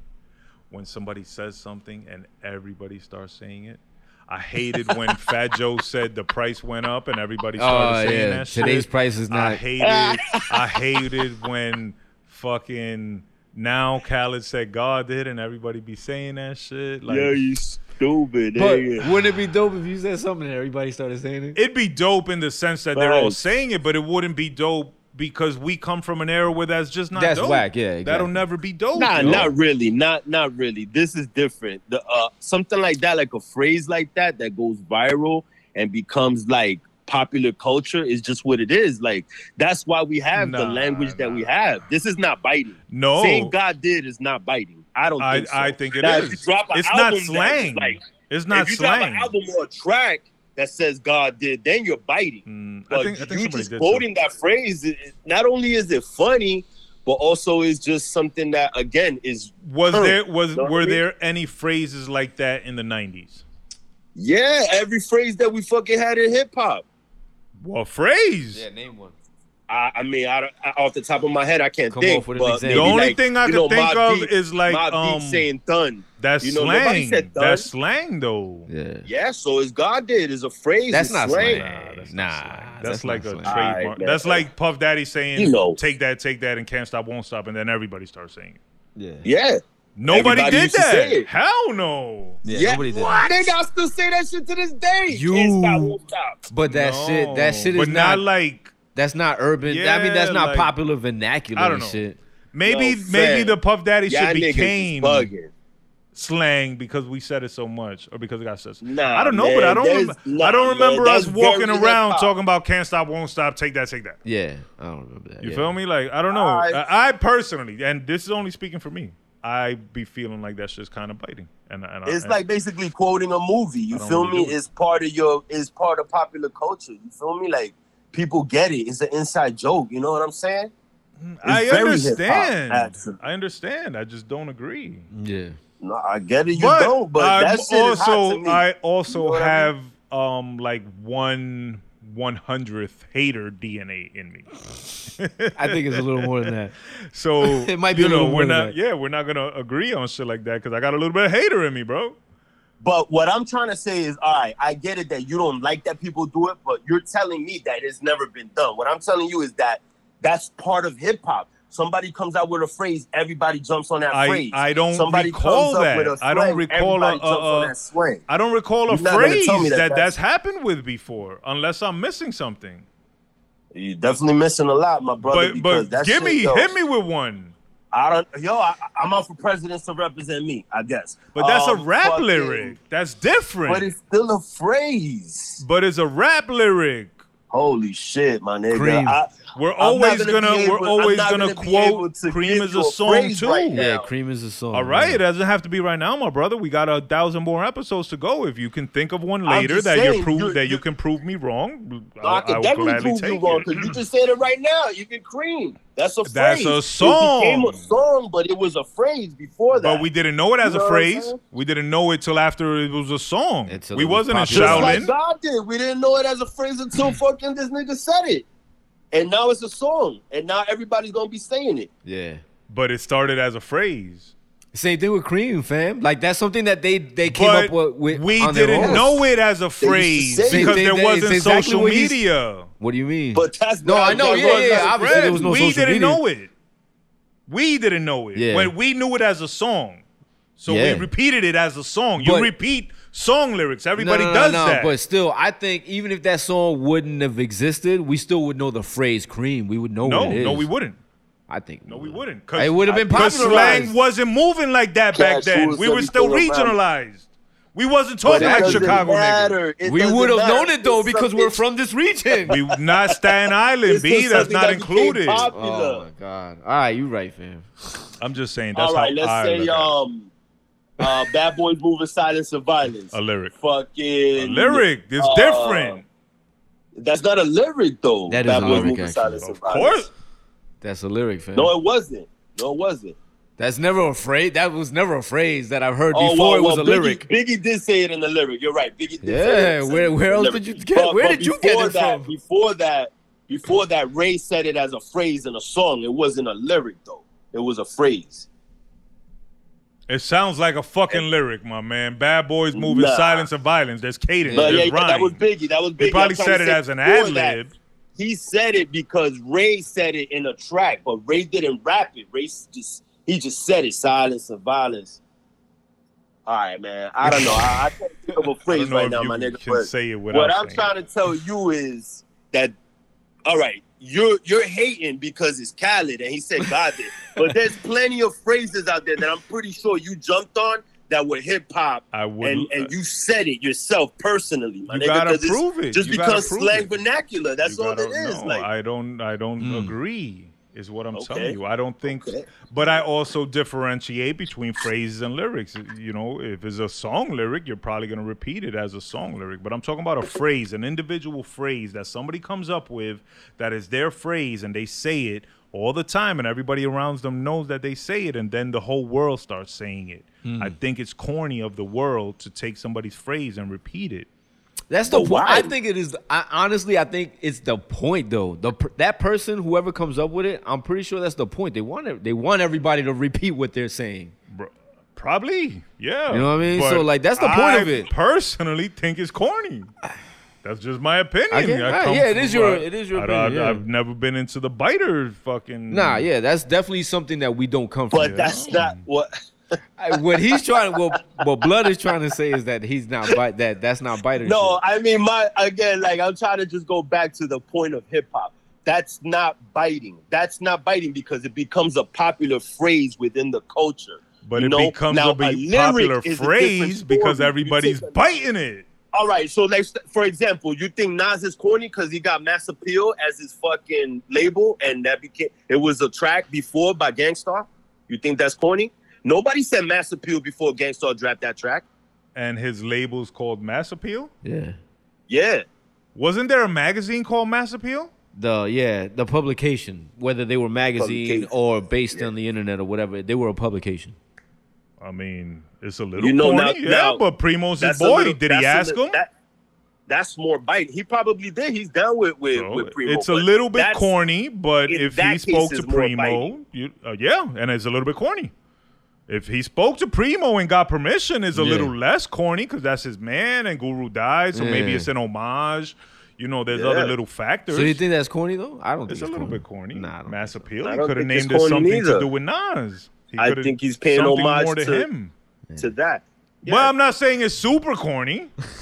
when somebody says something and everybody starts saying it. I [laughs] hated when Fat Joe said the price went up and everybody Oh, started saying yeah. that shit. Today's price is I not- [laughs] hated. I hated when fucking now Khaled said God did and everybody be saying that shit. [laughs] Like, yeah, you stupid. But yeah. wouldn't it be dope if you said something and everybody started saying it? it'd be dope in the sense that they're all Facts. saying it, but it wouldn't be dope because we come from an era where that's just not. That's dope. whack, yeah, that'll exactly. never be dope. Nah, yo. not really. Not not really. This is different. The uh, something like that, like a phrase like that, that goes viral and becomes like popular culture is just what it is. Like that's why we have the Nah, language that we nah. have. This is not biting. No, Saying God did is not biting. I don't. I think so. I think it is. Now, if you drop a it's not album that is, slang. like- it's not if you slang. drop an album or a track that says God did, then you're biting. Mm, I But think I think you somebody just did. quoting that phrase, it- it- not only is it funny, but also is just something that again is something. Was current. there was Know what were I mean? there any phrases like that in the nineties? Yeah, every phrase that we fucking had in hip hop. Well, phrase. name one. I, I mean, I, don't- I, off the top of my head, I can't Come think. off with an but example. maybe The only thing I you could think Mobb of is, like, Mobb um, Deep saying "thun." That's You know, nobody slang. said thug. That's slang though. Yeah. Yeah, so as God did is a phrase. That's it's not slang. slang. Nah, that's, Nah, not slang. that's, that's like not a slang. trademark. Alright, man. that's like Puff Daddy saying, You know. take that, take that, and can't stop, won't stop, and then everybody starts saying it. Yeah. Yeah, Nobody Everybody did used to say that. it. Hell no. Yeah, yeah. nobody did What? Nigga, I still say that shit to this day. You- Can't stop, won't stop. But that shit, that No. shit is but not, not like that's not urban. I mean, that's Yeah, not like- popular vernacular I don't and know. shit. maybe Yo, fam, maybe the Puff Daddy Y'all shit niggas is became bugging. slang because we said it so much or because it got said. so- Nah, I don't know, man, but I don't. that is remem- not- I don't man, remember that's us walking very around hip-hop. talking about can't stop, won't stop, take that, take that. Yeah, I don't remember that. You yeah. feel me? Like I don't know. Alright. I, I personally, and this is only speaking for me. I be feeling like that's just kind of biting, and, and I, It's and- like basically quoting a movie. You I don't feel really me? do it. It's part of your. It's part of popular culture. You feel me? Like people get it. It's an inside joke. You know what I'm saying? I very hip-hop, understand. actually. I understand. I just don't agree. Yeah. No, I get it. You but don't. But I'm that shit is hot also to me. I also You know what I have um like one one hundredth hater DNA in me. I think it's a little more than [laughs] that. So [laughs] It might be you a know little we're more than not that. yeah we're not gonna agree on shit like that because I got a little bit of hater in me, bro. But what I'm trying to say is, all right, I get it that you don't like that people do it, but you're telling me that it's never been done. What I'm telling you is that that's part of hip hop. Somebody comes out with a phrase, everybody jumps on that I- phrase. I don't Somebody recall comes up that. with a I don't slang, recall a- everybody jumps a- a- on that slang. I don't recall a You're not gonna phrase tell me that, that that's that's- happened with before, unless I'm missing something. You're definitely missing a lot, my brother. but but because that give shit, me though, hit me with one. I don't. Yo, I, I'm out for presidents to represent me. I guess. But that's a Um, rap fucking- lyric. That's different. But it's still a phrase. but it's a rap lyric. Holy shit, my nigga. Cream. I, We're not always gonna gonna, be able- we're I'm always not gonna, gonna be able quote to Cream give is you a a song phrase too. right Yeah, now. cream is a song. All right, it yeah. doesn't have to be right now, my brother. We got a thousand more episodes to go. If you can think of one later just that saying, you prove you- that you you- can prove me wrong, No, I I, I can will definitely gladly prove you take wrong it. because you just said it right now. You can cream. That's a That's phrase. a It became song. a song, but it was a phrase before that. But we didn't know it as You a know what I'm phrase. saying? We didn't know it till after it was a song. Until we it was wasn't in just popular. Shaolin. shouting. like God did. We didn't know it as a [clears throat] phrase until fucking this nigga said it, and now it's a song, and now everybody's gonna be saying it. Yeah. but it started as a phrase. Same thing with cream, fam. Like that's something that they they came but up with. with we on their didn't own. know it as a phrase say it. because They- there they- wasn't it's exactly social what he's- media. What do you mean? But that's No, I know, that's yeah, what- yeah, that's a obviously there was no we social didn't media. know it. We didn't know it. Yeah. When we knew it as a song. So Yeah. we repeated it as a song. You But- repeat song lyrics. No, Everybody no, no, does no, that. But still, I think even if that song wouldn't have existed, we still would know the phrase cream. We would know no, what it is. no, we wouldn't. I think No, we wouldn't. It would have been Because slang popularized. wasn't moving like that back Cash then. rules We were everything still around. regionalized. We wasn't But talking that like doesn't Chicago niggas. matter. It we doesn't would have matter. known it though It's because we're something- from this [laughs] [laughs] region. We not Staten Island, it's B. just That's something not that became included. oh my Popular. god! All right, you right, fam. I'm just saying that's All right, how let's I say look at it. um, uh, Bad Boys Moving Silence and Violence. a lyric. Fucking A lyric. It's uh, different. That's not a lyric though. That is Bad a Boys lyric, Moving actually. Silence and Of Violence. course. That's a lyric, fam. No, it wasn't. No, it wasn't. That's never a phrase. That was never a phrase that I've heard before. Oh, well, it was well, a lyric. Biggie, Biggie did say it in the lyric. You're right. Biggie did say Yeah, it. in the where- where else lyric. did you get- where did you get before it that, from? Before that, before that, Ray said it as a phrase in a song. It wasn't a lyric though. It was a phrase. It sounds like a fucking lyric, my man. Bad boys moving Nah. silence and violence. There's cadence. But yeah, there's rhyme. that was Biggie. That was Biggie. He probably I'm trying to said it say as an before ad that, lib. He said it because Ray said it in a track, but Ray didn't rap it. Ray s- just he just said it. Silence and violence. All right, man. I don't know. I, I can't think of a I phrase don't know right if now, you my can nigga. but say it without what I'm saying trying to tell you is that all right, you're you're hating because it's Khaled and he said God did. [laughs] But there's plenty of phrases out there that I'm pretty sure you jumped on that were hip hop I uh, would. and, and you said it yourself personally, my You nigga, gotta 'cause it's prove it. Just You gotta because prove slang it. vernacular, that's you all that gotta- is. no, Like, I don't. I don't Mm. agree. Is what I'm telling Okay. you. I don't think. Okay. But I also differentiate between phrases and lyrics. You know, if it's a song lyric, you're probably gonna repeat it as a song lyric. But I'm talking about a phrase, an individual phrase that somebody comes up with that is their phrase, and they say it all the time, and everybody around them knows that they say it, and then the whole world starts saying it. I think it's corny of the world to take somebody's phrase and repeat it. That's the But point. why? I think it is. I, honestly, I think it's the point though. The per- that person, whoever comes up with it, I'm pretty sure that's the point. They want it, they want everybody to repeat what they're saying. Bro, probably, yeah. You know what I mean? So, But like, that's the point I of it. Personally, think it's corny. That's just my opinion. I get- right, come yeah, it is from- your- it is your I- I- opinion, yeah. I've never been into the biter fucking. Nah, yeah, that's definitely something that we don't come from. but that's not what. [laughs] [laughs] [laughs] I- what he's trying, what what Blood is trying to say is that [laughs] he's not bite that that's not biter. No, I mean my again. Like I'm trying to just go back to the point of hip hop. That's not biting. That's not biting because it becomes a popular phrase within the culture. But You it know? becomes Now, a big lyric popular is a different phrase because story. You take everybody's a- biting it. All right, so like for example, you think Nas is corny because he got Mass Appeal as his fucking label, and that became it was a track before by Gangstar. You think that's corny? Nobody said Mass Appeal before Gangstar dropped that track. And his label's called Mass Appeal. yeah, Yeah, Wasn't there a magazine called Mass Appeal? the yeah the publication, whether they were magazine Publication. or based on the internet or whatever, they were a publication. I mean, it's a little You know, corny. now- yeah, now, but Primo's his that's a boy. little- Did he that's a ask little- him? that- that's more bite. He probably did. He's down with with, Bro, with Primo. it's a but little bit that's- corny, but in if he that spoke case, to it's more Primo, biting. you, uh, yeah, and it's a little bit corny. If he spoke to Primo and got permission, is a Yeah. little less corny because that's his man and Guru died, so maybe Yeah. it's an homage. You know, there's Yeah. other little factors. So you think that's corny though? I don't think it's it's a little corny. bit corny. Nah, I don't Mass appeal. I He don't could have think it's named it corny something to neither. do with Nas. He I coulda- think he's paying something homage more to, to- him. to that. Yeah. But I'm not saying it's super corny. [laughs]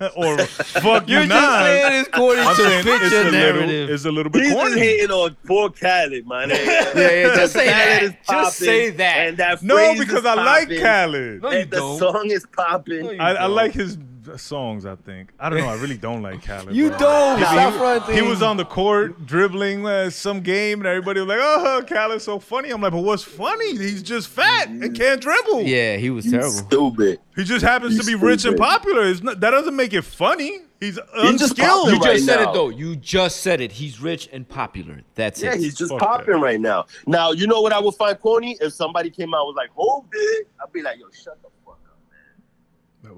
[laughs] or fuck you, You're Nas. just saying it's corny I'm saying to fit it's your a little- narrative. It's a little bit He's just corny. hating on poor Khaled, man. [laughs] yeah, [laughs] yeah, just say Khaled is that. Just say popping, that. And that No, phrase because is I like popping, Khaled. No, you And the don't. song is popping. No, you I, I don't. like his songs. I think I don't know. I really don't like Khaled. Oh, You bro. don't. Stop fronting. He was on the court dribbling uh, some game, and everybody was like, "Oh, Khaled's so funny." I'm like, "But what's funny? He's just fat Mm-hmm. and can't dribble. Yeah, he was You terrible. Stupid. He just happens to He's be rich and stupid. popular. It's not, that doesn't make it funny. He's He's just unskilled. popular. You You just just- right said it now. though. You just said it. He's rich and popular. That's Yeah, it. he's just Fuck popping right now. Now, you know what I would find corny? If somebody came out and was like, hold it, I'd be like, yo, shut the fuck up.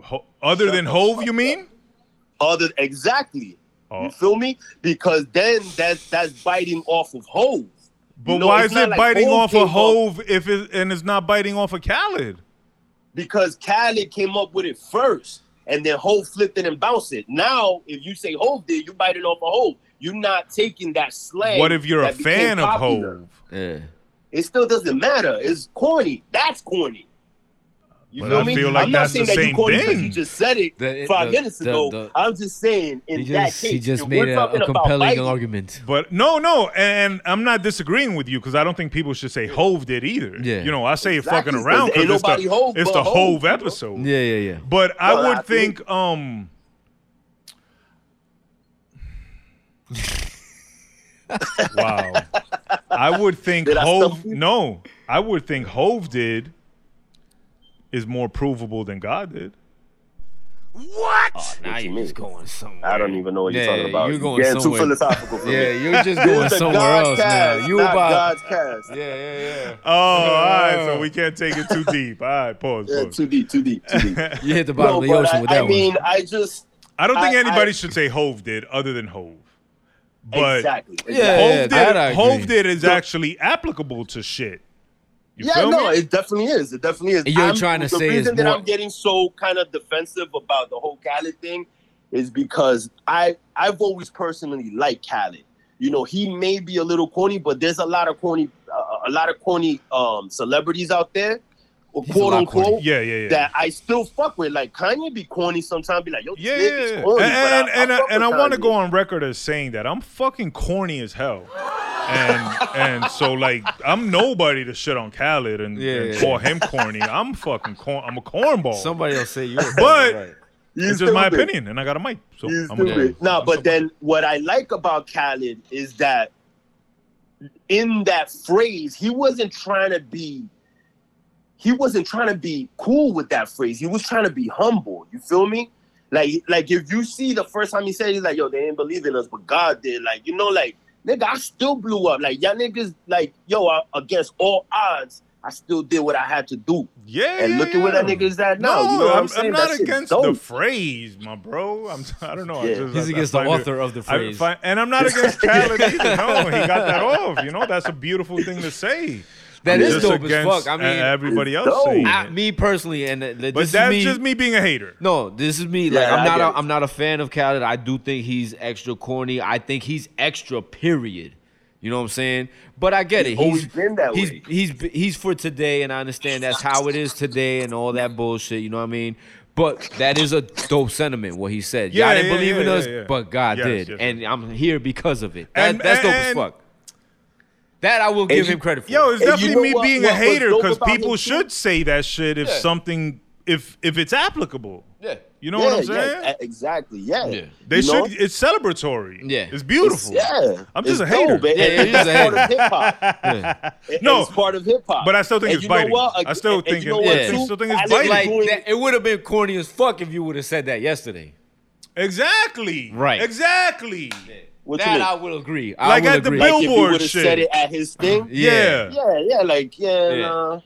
Ho- Other than Hove, you mean? Other exactly. Oh. You feel me? Because then that's that's biting off of Hove. But You know, why it's is not it like biting Hov off came a up- Hove if it, and it's not biting off a Khaled? Because Khaled came up with it first, and then Hove flipped it and bounced it. Now, if you say Hove did, you biting off of Hove. You're not taking that slang. What if you're a that became fan of popular. Hove? yeah. It still doesn't matter. It's corny. That's corny. You But feel I me? feel like I'm not that's saying the that same you corny because thing. you just said it The- five the- minutes the- ago. the- I'm just saying in He that just, case, he just if made we're a, talking a about compelling biting, argument. But no, no, and I'm not disagreeing with you because I don't think people should say Hove did either. Yeah. You know, I say Exactly, it fucking around 'cause ain't because it's nobody the, Hov it's but the Hov, Hove you know? episode. Yeah, yeah, yeah. But I Well, would I think, think- um, wow, I would think Did I stump Hove. you? No, I would think Hove did is more provable than God did. Now you you're mean? just going somewhere. I don't even know what you're Yeah, talking about. you're going yeah, somewhere. too philosophical for Yeah, me. you're [laughs] just This going is a somewhere God else cast, now. You not about God's cast. yeah, yeah, yeah. Oh, all right, so we can't take it [laughs] too deep. All right, pause, Yeah, pause. too deep, too deep, too [laughs] deep. You hit the bottom [laughs] no, of the but ocean I, with that I mean, one. I just I don't think I- anybody I- should say Hove did other than Hove. But exactly. Yeah. Hove did, that I Hov agree. did is actually applicable to shit. You You yeah, feel no, me? it definitely is. It definitely is. And you're trying to the say reason it's that more- I'm getting so kind of defensive about the whole Khaled thing is because I I've always personally liked Khaled. You know, he may be a little corny, but there's a lot of corny, uh, a lot of corny um, celebrities out there, or He's a quote lot corny. unquote, yeah, yeah, yeah. that I still fuck with. Like Kanye be corny sometimes, be like, yo, this yeah, yeah, nigga's yeah. corny. but and and I, and, I, and I want to Kanye. go on record as saying that I'm fucking corny as hell, and and so like I'm nobody to shit on Khaled and, Yeah, and yeah, call him corny. I'm fucking corn. I'm a cornball. Somebody else say you. were- But- right. You it's just my stupid. opinion, and I got a mic, so He's I'm gonna- stupid. No, I'm but somebody- then what I like about Khaled is that in that phrase, he wasn't trying to be he wasn't trying to be cool with that phrase. He was trying to be humble. You feel me? Like like if you see the first time he said it, he's like, yo, they didn't believe in us, but God did. Like, you know, like nigga, I still blew up. Like y'all niggas, like, yo, I, against all odds, I still did what I had to do. yeah, And yeah, look at where that yeah. nigga's at now. No, you know what I'm, I'm, saying? I'm not That shit against the dope. phrase, my bro. I'm, I don't know. I Yeah. just, He's I- I against the find it- author of the I phrase. find- and I'm [laughs] not against Khaled either. No, he got that off. You know, that's a beautiful thing to say. That I'm is just dope as against e, fuck. I mean, everybody It's else dope. saying I, it. me personally, and uh, this But is that's me, just me being a hater. No, this is me. Like Yeah, I'm I not. get A, it. I'm not a fan of Khaled. I do think he's extra corny. I think he's extra. Period. You know what I'm saying? But I get it. always He's been that he's, way. He's he's for today, and I understand that's how it is today, and all that bullshit. You know what I mean? But that is a dope sentiment. What he said. Yeah, Y'all didn't yeah, believe yeah, in yeah, us, yeah. but God Yes, did, yes, and I'm here because of it. That, And- that's dope as and- fuck. That I will give you- him credit for. Yo, it's And you definitely know me what- being what a was hater dope because about him people too? should say that shit if Yeah. something if if it's applicable. yeah. You know what I'm Yeah, saying? yeah, e- exactly. Yeah. Yeah. they You know? should. It's celebratory. Yeah. It's It's- beautiful. yeah. I'm just It's a hater. dope, and- Yeah, and you're just a that's part hater. of [laughs] hip-hop. [laughs] It- No. it's part of hip hop. But I still think And it's you know biting. what? I still And- and think you know it- what, yeah. too? Still think it's I didn't biting. Like doing- that, it would have been corny as fuck if you would have said that yesterday. Exactly. Right. Exactly. What you that mean? I will agree. I Like will at the agree. bill- Like, if Billboard he would have shit. said it at [laughs] his thing. Yeah. Yeah, yeah, like yeah, Yeah. nah.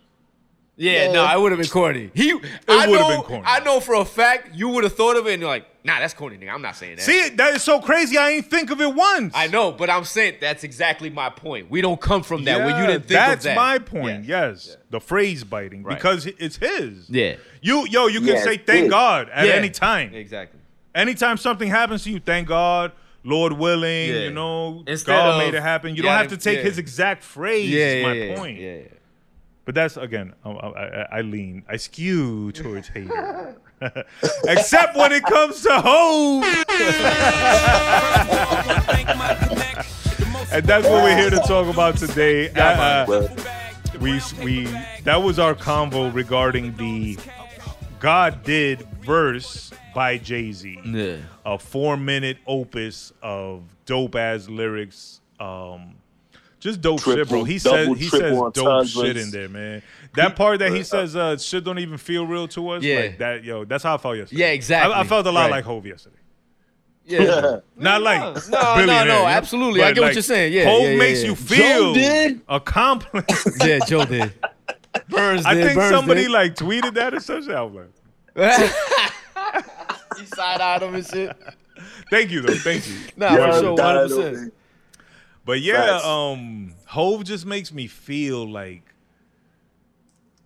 Yeah, Yeah. no, it would have been corny. He, I would've know, been corny. I know for a fact you would have thought of it and you're like, nah, that's corny, nigga. I'm not saying that. See, that is so crazy. I ain't think of it once. I know, but I'm saying that's exactly my point. We don't come from that. where you Yeah, didn't think that's of that. my point. Yeah. Yes, the phrase biting Right. because it's his. Yeah. You yo, you can Yeah, say it's thank his. God at Yeah. any time. Exactly. Anytime something happens to you, thank God, Lord willing, Yeah. you know, Instead God of- made it happen. You Yeah, don't have to take yeah. his exact phrase. Yeah, is yeah, my yeah, point. Yeah, yeah. But that's again, I, I, I- I lean, I skew towards hater, [laughs] except when it comes to hoes, and that's what we're here to talk about today. Uh, I- [laughs] I- Well, we we that was our convo regarding the God did verse by Jay Z. Yeah. A four minute opus of dope ass lyrics. Um, just dope shit, bro. Triple, He double, says he says triple dope entendres. shit in there, man. That part that he says uh, shit don't even feel real to us. Yeah. Like that, yo. That's how I felt yesterday. Yeah, exactly. I, I felt a lot Right. like Hove yesterday. Yeah. Not like no, no, billionaire, you know? absolutely. I But get what like, you're saying. Yeah, Hove yeah, yeah, makes yeah. you feel did? accomplished. [laughs] yeah, Joe did. Burns did. I think Burns somebody did. like tweeted that or something. I was like, [laughs] he side eyed him and shit. thank you though, thank you. Nah, yeah, for sure, nah, one hundred I don't percent. think- But yeah, Facts. um, Hove just makes me feel like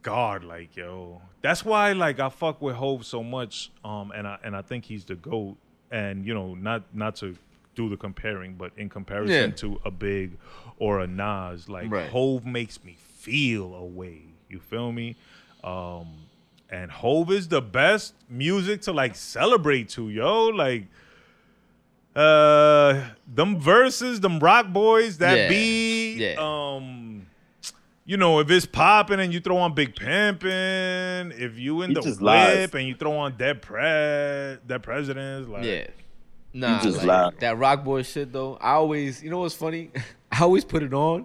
God, like yo. That's why like I fuck with Hove so much, um, and I and I think he's the goat. And you know, not not to do the comparing, but in comparison Yeah. to a Big or a Nas, like Right. Hove makes me feel a way. You feel me? Um, and Hove is the best music to like celebrate to, yo. Like uh them verses, them rock boys, that Yeah. beat. Yeah. Um you know, if it's popping and you throw on Big Pimpin', if you in He the whip just lies. and you throw on Dead Pre Dead Presidents, like Yeah. Nah, just like, lied. that rock boy shit though. I always, you know what's funny? [laughs] I always put it on,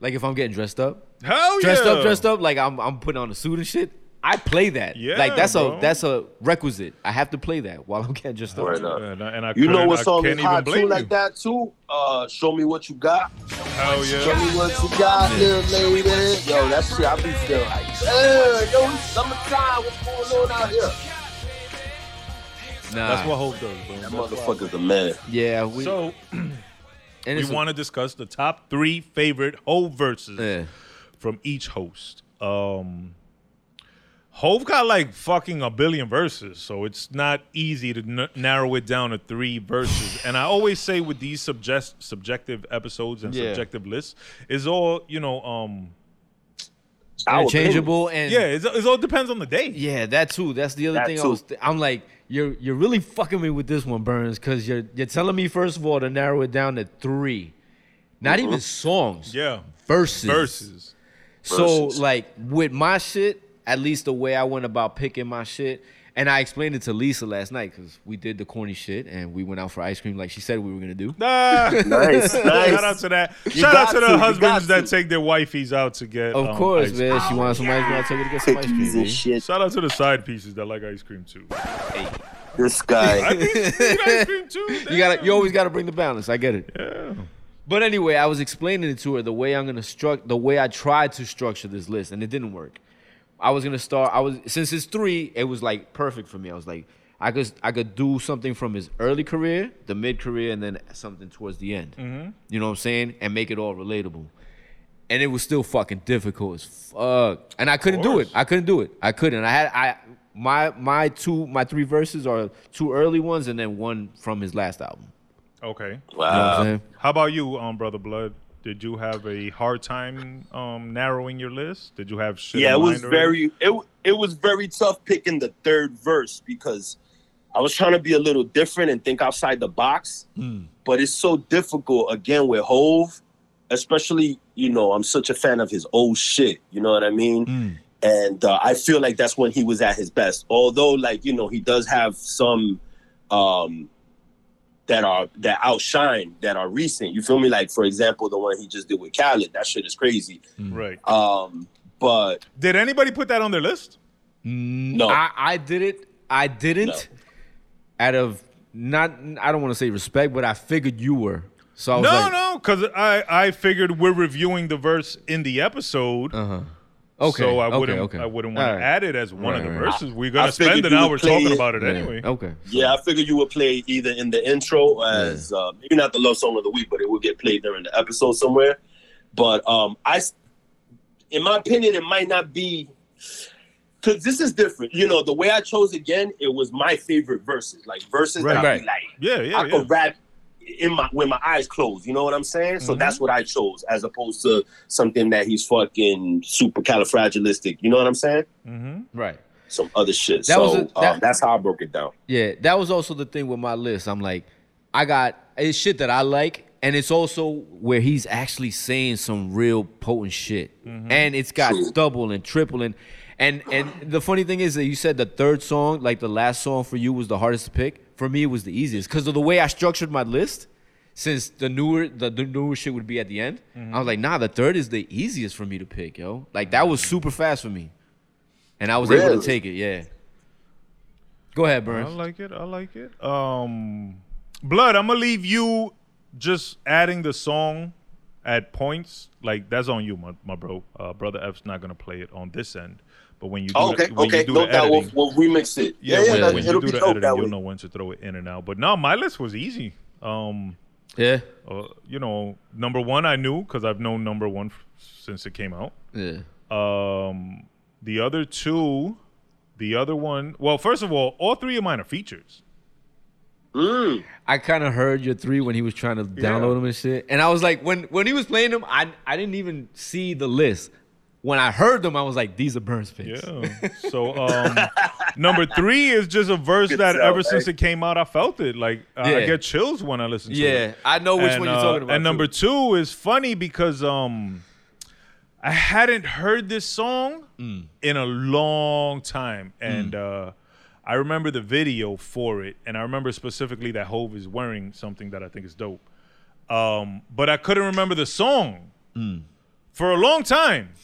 like if I'm getting dressed up, hell dressed yeah. up, dressed up. Like I'm, I'm putting on a suit and shit. I play that. Yeah, like that's bro. a that's a requisite. I have to play that while I'm getting dressed up. Word up. And I, and I You know couldn't- what I song can't is even hot blame too you. like that too? Uh, show me what you got. Hell Show yeah. me what you got, little lady. Yo, that shit, I be still like, yeah, yo, it's summertime. What's going on out here? Nah. That's what Hope does, bro. That motherfucker's a man. yeah, we So and we it's a- want to discuss the top three favorite Hove verses yeah. from each host. Um, Hove got like fucking a billion verses, so it's not easy to n- narrow it down to three verses. And I always say with these subject- subjective episodes and Yeah. subjective lists, is all you know. Um, Our Interchangeable and yeah, it's, it's all depends on the day. Yeah, that too. That's the other That thing I too. was. Th- I'm like, you're you're really fucking me with this one, Burns, because you're you're telling me first of all to narrow it down to three, not Mm-hmm. even songs. yeah, verses. verses. So Verses. like with my shit, at least the way I went about picking my shit, and I explained it to Lisa last night because we did the corny shit and we went out for ice cream like she said we were gonna do. Nah. [laughs] Nice, Shout out nice. to that. You Shout out got to the to, you husbands got that to. take their wifeys out to get. Of um, course, ice man. She wanted some ice cream. I took her to get some ice cream. Cookies and baby. shit. Shout out to the side pieces that like ice cream too. This guy. Eat ice cream too. You gotta, you always gotta bring the balance. I get it. But anyway, I was explaining it to her the way I'm gonna struct, the way I tried to structure this list, and it didn't work. I was gonna start. I was since it's three, it was like perfect for me. I was like, I could, I could do something from his early career, the mid career, and then something towards the end. You know what I'm saying? And make it all relatable. And it was still fucking difficult as fuck. And I couldn't do it. course. I couldn't do it. I couldn't. I had I my my two my three verses are two early ones and then one from his last album. Okay. You know what I'm Wow. saying? How about you, um, brother Blood? Did you have a hard time um, narrowing your list? Did you have shit? yeah, it in was mind already? very it it was very tough picking the third verse because I was trying to be a little different and think outside the box, Hmm. but it's so difficult again with Hove, especially you know I'm such a fan of his old shit. You know what I mean? Hmm. And uh, I feel like that's when he was at his best. Although, like you know, he does have some um, that are that outshine that are recent. You feel me? Like for example, the one he just did with Khaled. That shit is crazy. right. Um, but Mm. Did anybody put that on their list? No. I, I did it. I didn't. No. Out of not, I don't want to say respect, but I figured you were. So I was No, like, no, because I I figured we're reviewing the verse in the episode. Uh, uh-huh. okay, So I okay, wouldn't okay. I wouldn't All want right. to add it as one of Right, the right. verses. We're gonna I figured spend an you hour would play talking it. about it Yeah, Uh, anyway. Okay. Yeah, I figured you would play either in the intro as uh, maybe not the love song of the week, but it would get played during the episode somewhere. But um, I, s- in my opinion, it might not be because this is different. You know, the way I chose again, it was my favorite verses, like verses Right, that I'd right. be like, Yeah, yeah, I yeah. could rap in my with my eyes closed. You know what I'm saying? Mm-hmm. So that's what I chose, as opposed to something that he's fucking super califragilistic. You know what I'm saying? Mm-hmm. Right. Some other shit. That so was a- that- um, that's how I broke it down. Yeah, that was also the thing with my list. I'm like, I got it's shit that I like, and it's also where he's actually saying some real potent shit, and it's got True. double and triple and and and the funny thing is that you said the third song, like the last song for you, was the hardest to pick. For me, it was the easiest because of the way I structured my list. Since the newer the, the newer shit would be at the end, I was like, nah, the third is the easiest for me to pick, yo. Like that was super fast for me, and I was able Really? to take it. Yeah. Go ahead, I Burns. like it. I like it. Um, Blood, I'm gonna leave you just adding the song at points. Like that's on you, my, my bro. Uh, brother F's not gonna play it on this end, but when you do Oh, Okay, the, when okay. you do Note the that we'll, editing, we'll remix it. yeah, Yeah, yeah, when, that- when you it'll do be the dope editing, that you'll way. know when to throw it in and out. But no, my list was easy. Um, Yeah. uh, you know, number one I knew because I've known number one f- since it came out. Yeah. Um, the other two, the other one. Well, first of all, all three of mine are features. Mm. I kind of heard your three when he was trying to download them and shit. And I was like, when when he was playing them, I I didn't even see the list. When I heard them, I was like, these are Burns picks. Yeah. So um, number three is just a verse Good that sell, ever right? since it came out, I felt it. Like I- I Yeah. get chills when I listen to it. Yeah, I know which one you're uh, talking about. And number too. two is funny because um, I hadn't heard this song Mm. in a long time, and uh, I remember the video for it, and I remember specifically that Hove is wearing something that I think is dope. Um, but I couldn't remember the song for a long time.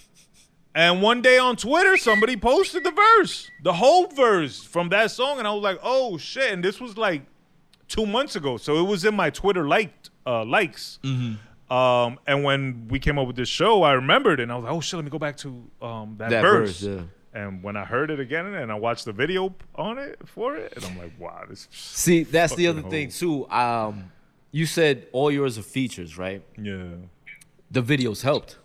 And one day on Twitter, somebody posted the verse, the whole verse from that song, and I was like, "Oh shit!" And this was like two months ago, so it was in my Twitter liked uh, likes. Mm-hmm. Um, and when we came up with this show, I remembered, and I was like, "Oh shit, let me go back to um, that, That verse." verse, yeah. And when I heard it again, and I watched the video on it for it, and I'm like, "Wow, this." See, that's the other Fucking thing too. Um, you said all yours are features, right? Yeah. The videos helped.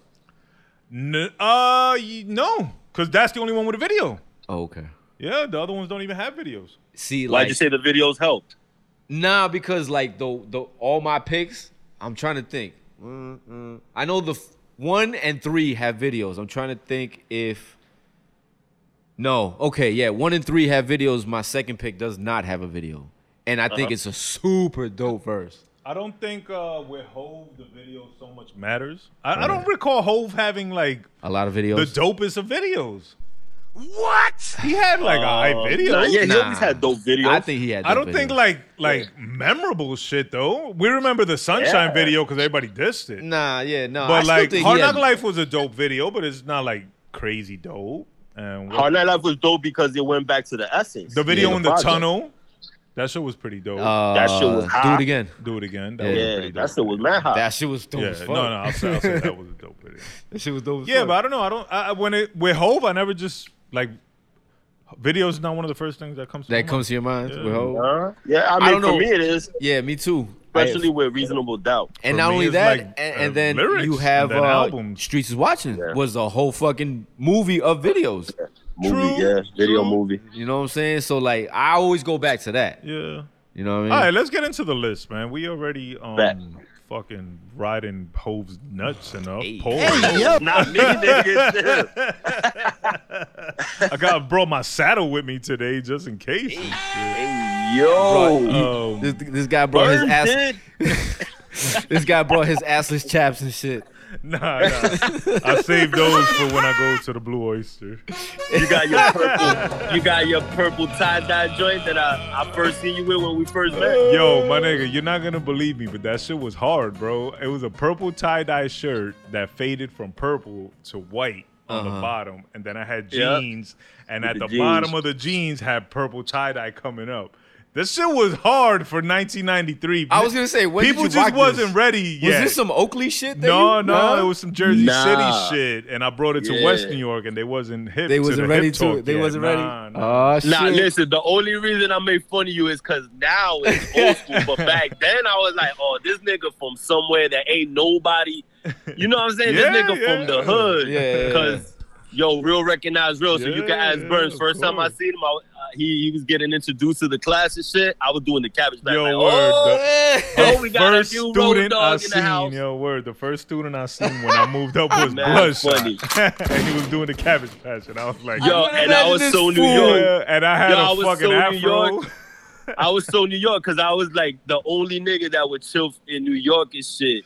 N- uh, y- no, because that's the only one with a video. Oh, okay. Yeah, the other ones don't even have videos. See, Why'd like, you say the videos helped? nah, because like the the all my picks, I'm trying to think. Mm-mm. I know the f- one and three have videos. I'm trying to think if. No, okay, yeah, one and three have videos. My second pick does not have a video, and I think it's a super dope verse. I don't think uh, with Hove the video so much matters. I, I don't recall Hove having like A lot of the videos. dopest of videos. What he had like a Uh, video. nah, yeah, he Nah. always had dope videos. I think he had. I dope don't think videos. like like memorable shit though. We remember the Sunshine Yeah. video because everybody dissed it. Nah, yeah, no. I but still like think Hard he had- Knock Life was a dope video, but it's not like crazy dope. And what- Hard Night Life was dope because it went back to the essence. the video Yeah, in the project. tunnel, that shit was pretty dope. Uh, That shit was do hot. it again. Do it again. That Yeah. was Yeah, pretty dope. that shit was mad hot. That shit was dope yeah, as fuck. no, no, I'll say, I'll say that was a dope video. [laughs] That shit was dope. As Yeah, fuck. but I don't know. I don't. I, I- when it with Hove, I never just like videos. Is not one of the first things that comes. To my that mind. comes to your mind. Yeah. with Hov? Huh? yeah, I mean, don't for know. me it is, Yeah, me too. especially with reasonable doubt. and For not me, only it's that, like, and, uh, and then lyrics you have and then uh, albums. Streets is watching Yeah. was a whole fucking movie of videos. Movie, True, yeah, video true. movie. You know what I'm saying? So like, I always go back to that. Yeah. You know what All I right, mean? let's get into the list, man. We already um Bet. fucking riding Hove's nuts enough. Hey. Pole. Not [laughs] me, nigga. I got brought my saddel with me today just in case. and shit. Hey, yo, Um, This, this guy brought his Burn [laughs] ass. did. This guy brought his assless chaps and shit. nah, nah. I saved those for when I go to the Blue Oyster. You got your [laughs] purple, you got your purple tie dye joint that I, I first seen you with when we first met. Yo, my nigga, you're not gonna believe me, but that shit was hard, bro. It was a purple tie dye shirt that faded from purple to white on Uh-huh. the bottom, and then I had Yeah. jeans, and With at the the, bottom jeans. of the jeans had purple tie dye coming up. This shit was hard for 1993. I was gonna say, when did people you just rock this? wasn't ready Was yet. this some Oakley shit? that no, you- no, it was some Jersey Nah. City shit, and I brought it to Yeah. West New York, and they wasn't hip. They to wasn't the ready hip to. talk They yet. wasn't ready. Nah, nah. Oh shit! Nah, listen. The only reason I made fun of you is because now it's old school. But back then, I was like, "Oh, this nigga from somewhere that ain't nobody." You know what I'm saying? Yeah, this nigga yeah. from the hood. Yeah, yeah, yeah. Because yo, real recognize real. So you can Yeah, ask Burns. of First time I course. seen him, I, uh, he he was getting introduced to the class and shit. I was doing the cabbage back. Yo, like, word, oh, Yeah. oh, we got a first few road student I dogs in the seen, house. yo, word. The first student I seen when I moved [laughs] up was Man, funny. Bloodshot, [laughs] and he was doing the Cabbage Patch, and I was like, oh, Yo, Imagine and I was this so New fool. York. yeah, and I had Yo, a I was fucking so New afro. [laughs] York. I was so New York because I was like the only nigga that would chill in New York and shit.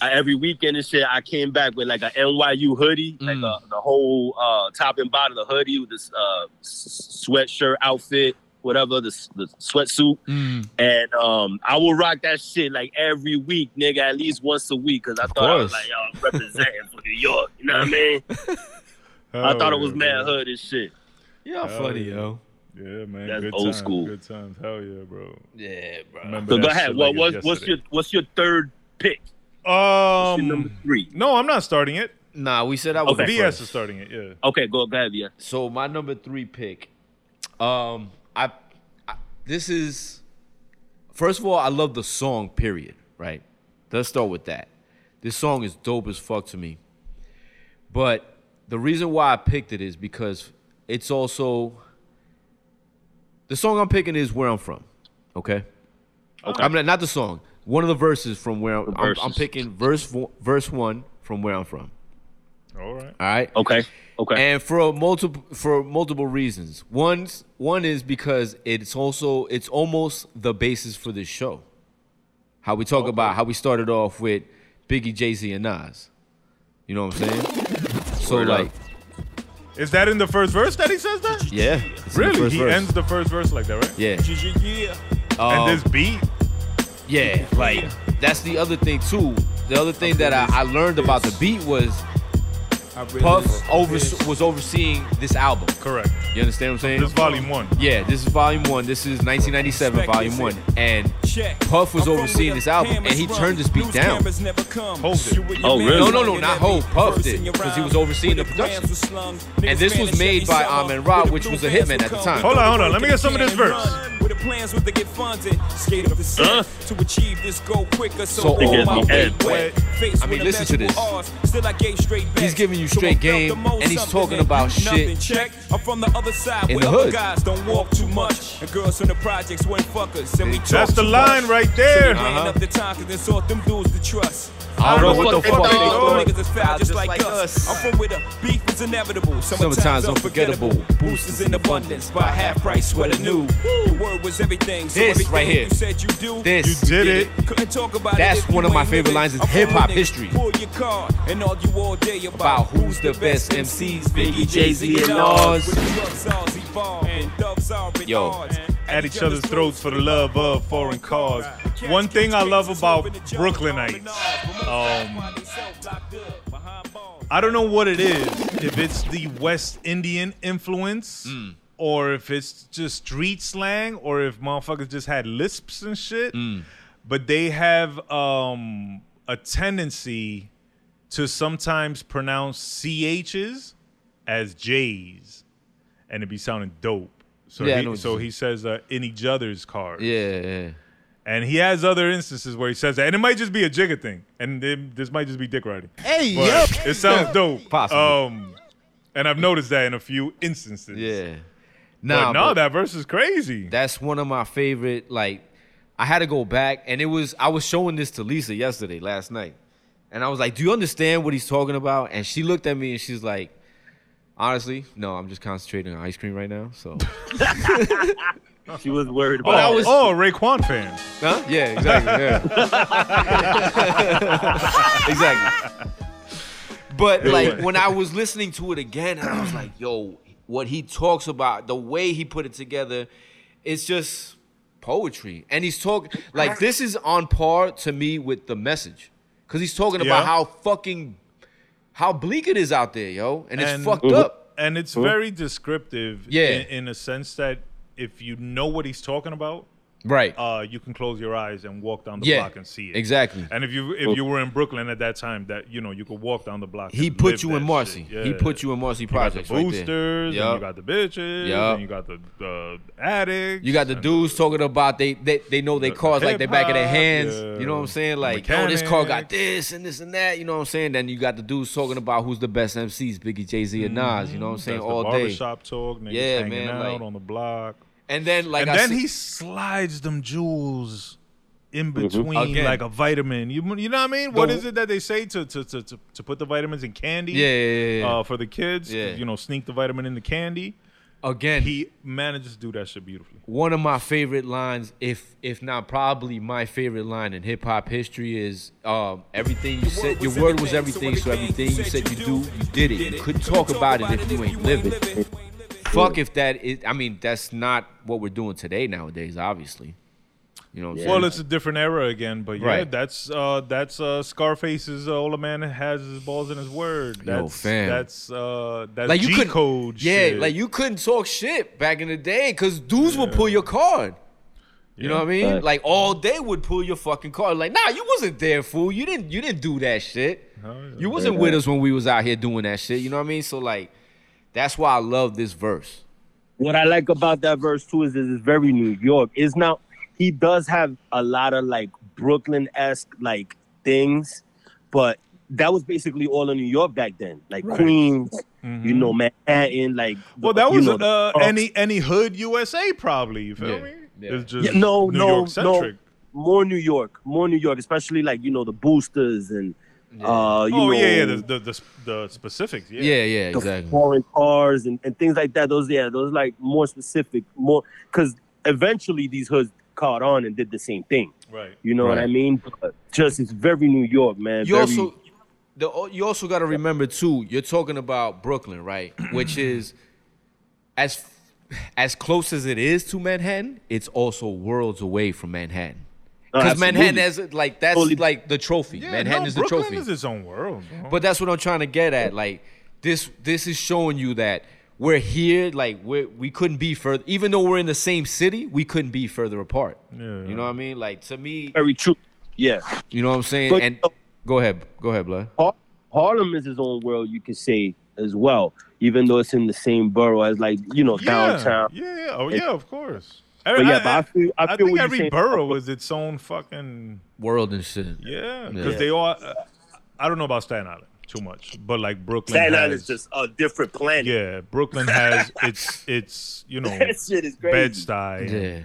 I, every weekend and shit, I came back with like a NYU hoodie, like Mm. a, the whole uh, top and bottom of the hoodie with this uh, s- sweatshirt outfit, whatever the, s- the sweatsuit, Mm. and um, I would rock that shit like every week, nigga, at least once a week, because I thought I was course. like, yo, I'm representing for New York. You know what I [laughs] mean? I Hell thought it was Oh, yeah, mad bro. hood and shit. [laughs] Y'all Hell funny yeah. yo. Yeah, man. That's good old times, school. Good times. Hell yeah, bro. Yeah, bro. Remember So that go shit ahead. like What, what's, it's what's your yesterday. what's your third pick? What's your number um? three. No, I'm not starting it. Nah, we said I was Okay. the BS first. is starting it. Yeah. Okay, go, go ahead, yeah. So my number three pick, um, I, I this is first of all I love the song. Period. Right. Let's start with that. This song is dope as fuck to me. But the reason why I picked it is because it's also the song I'm picking is where I'm from. Okay. Okay. I'm not, not the song. One of the verses from where I'm, I'm, I'm verses. picking verse vo- verse one from where I'm from. All right. All right. Okay. Okay. and for multiple for multiple reasons. One's one is because it's also it's almost the basis for this show. How we talk about how we started off with Biggie, Jay Z, and Nas. You know what I'm saying? So Word up. like, Is that in the first verse that he says that? yeah, it's in the Really? first He verse. ends the first verse like that, right? Yeah, Yeah. um, and this beat. yeah, like that's the other thing too. The other thing that I, I learned about the beat was I really Puff over was overseeing this album. Correct. You understand what I'm This saying? volume one. Yeah, this is volume one. This is 1997, volume one, and Check. Puff was I'm from overseeing where this the album, and he cameras turned this beat run. News down. cameras never come. Hove did. Shoot with your Oh, man really? looking No, no, no, at not me. Hove. Puff First did, in your 'cause he was rhyme, overseeing with the grams production. was slung. And Niggas this ran was and made shut by these Amin songs. Ra, With which blue was a fans hitman who at the come time. Hold on, hold on. through Let me with get some of the this can and verse. run. where the plans was to get funded. Skate up the set Uh. to achieve this goal quicker. So, So all old. my It gets me weight head wet. Faced I mean, with listen to this. immeasurable odds, Still I gave straight back. He's giving you So I felt straight the game, most and he's something talking about nothing. shit. Check. I'm from the other side In where the other hood. guys don't walk too much, and girls from the projects weren't fuckers, and we talk That's the too line much. right So there. we ran Uh-huh. up the time 'cause they sought them dudes to trust. I don't know what the fuck they they doing. doing. Niggas is foul just Just like like us. us. I'm from where the beef is inevitable. Sometimes Sometimes unforgettable. unforgettable. Boosters in abundance by half price, what I knew. The word was everything. So This everything right here. You said you do. You This. did it. Couldn't talk about That's it if you one of my ain't favorite living. lines in I'm from hip-hop a nigga, history. Pull your car and argue all day about, About who's the best MCs, Biggie, Jay-Z, and Nas. With the drugs all evolved and doves all at Yo. odds. At each other's throats for the love of foreign cause. One thing I love about Brooklynites, um, I don't know what it is. If it's the West Indian influence, Mm. or if it's just street slang, or if motherfuckers just had lisps and shit. Mm. But they have um, a tendency to sometimes pronounce CHs as J's, and it be sounding dope. So, Yeah, I know he, what so you- he says uh, in each other's cars. Yeah, yeah. And he has other instances where he says that. And it might just be a jigga thing. And it- this might just be dick riding. Hey, But It [laughs] sounds dope. Possible. Um, and I've noticed that in a few instances. But Yeah. Nah, no, but- that verse is crazy. That's one of my favorite. Like, I had to go back, and it was I was showing this to Lisa yesterday, last night, and I was like, "Do you understand what he's talking about?" And she looked at me and she's like, "Honestly, no. I'm just concentrating on ice cream right now." So, She was worried oh, about was- oh, Raekwon fan. huh? Yeah, exactly. Yeah. [laughs] [laughs] exactly. But like when I was listening to it again, I was like, "Yo, what he talks about, the way he put it together, it's just." poetry. And he's talking like this is on par to me with the message. Cause he's talking about Yeah. how fucking how bleak it is out there, yo. And it's And- fucked up. And it's very descriptive Yeah. in, in a sense that if you know what he's talking about, Right. uh, you can close your eyes and walk down the Yeah, block and see it. exactly. And if you if you were in Brooklyn at that time, that you know, you could walk down the block. he and live put you that in Marcy. shit. He Yeah. put you in Marcy You got projects the right there. boosters, and Yup. you got the bitches, Yup. and you got the uh, addicts. You got the and- dudes talking about they they, they know they The- the cars like they back of their hip-hop, hands. yeah. You know what I'm saying? Like, yo, this car got Mechanics. this and this and that. You know what I'm saying? Then you got the dudes talking about who's the best MCs, Biggie, Jay Z, and Nas. You know what I'm saying? Mm-hmm. That's All the day. barbershop talk, niggas Yeah, hanging man, out like- on the block, And then like and I then see- he slides them jewels in between Again. like a vitamin. You you know what I mean? What The- is it that they say to to to, to, to put the vitamins in candy? Yeah, yeah, yeah, yeah. Uh, for the kids, Yeah. you know, sneak the vitamin in the candy. again Uh, He manages to do that shit beautifully. one of my favorite lines, if if not probably my favorite line in hip hop history, is um, everything you said. Your word was everything, so everything you said you do, you did it. You couldn't talk about it if you ain't live it. Fuck if that is. I mean, that's not what we're doing today nowadays. Obviously, you know. What I'm Well, saying? it's a different era again, but yeah, Right. that's uh, that's uh, Scarface's uh, all a man has his balls in his word. That's fam. that's uh, that's like you G couldn't code. Yeah, shit. like you couldn't talk shit back in the day because dudes would pull your card. You know Yeah. what I mean? Right. Like all day would pull your fucking card. Like, nah, you wasn't there, fool. You didn't you didn't do that shit. You wasn't with us when we was out here doing that shit. You know what I mean? So like, that's why I love this verse. what I like about that verse too is that it's very New York. It's not he does have a lot of like Brooklyn esque like things, but that was basically all in New York back then, like Queens, you know, Manhattan, like. well, that you was know, the uh, Bronx. any any hood USA probably. You feel Yeah. me? Yeah. It's just Yeah, no, New no, York centric. no. More New York, more New York, especially like you know the boosters and uh, you oh know, yeah, yeah, the the, the the specifics. Yeah. Yeah, yeah, the exactly. foreign cars and, and things like that. Those yeah, those like more specific, more because eventually these hoods caught on and did the same thing. right. You know what I Right. mean? But just it's very New York, man. You Very- also the you also got to remember too. You're talking about Brooklyn, [clears throat] right? Which is as as close as it is to Manhattan, it's also worlds away from Manhattan. No, Because Manhattan absolutely. has like that's Totally. like the trophy. Oh, Yeah, Manhattan no, is the Brooklyn trophy. is its own world. Bro. But that's what I'm trying to get at. Like this, this is showing you that we're here. Like we we couldn't be further. Even though we're in the same city, we couldn't be further apart. Yeah. You know what I mean? Like to me, very true. Yeah, you know what I'm saying. But- and go ahead, go ahead, blood. Har- Harlem is his own world. You could say as well, even though it's in the same borough as like you know yeah. downtown. Yeah, yeah, oh yeah, of course. But yeah, but I feel- I feel think what you're every saying. borough is its own fucking World and shit. yeah, Yeah. because they all. Uh, I don't know about Staten Island too much, but like Brooklyn. Staten has, Island is just a different planet. yeah. Brooklyn has its its you know [laughs] That shit is crazy. Bed Stuy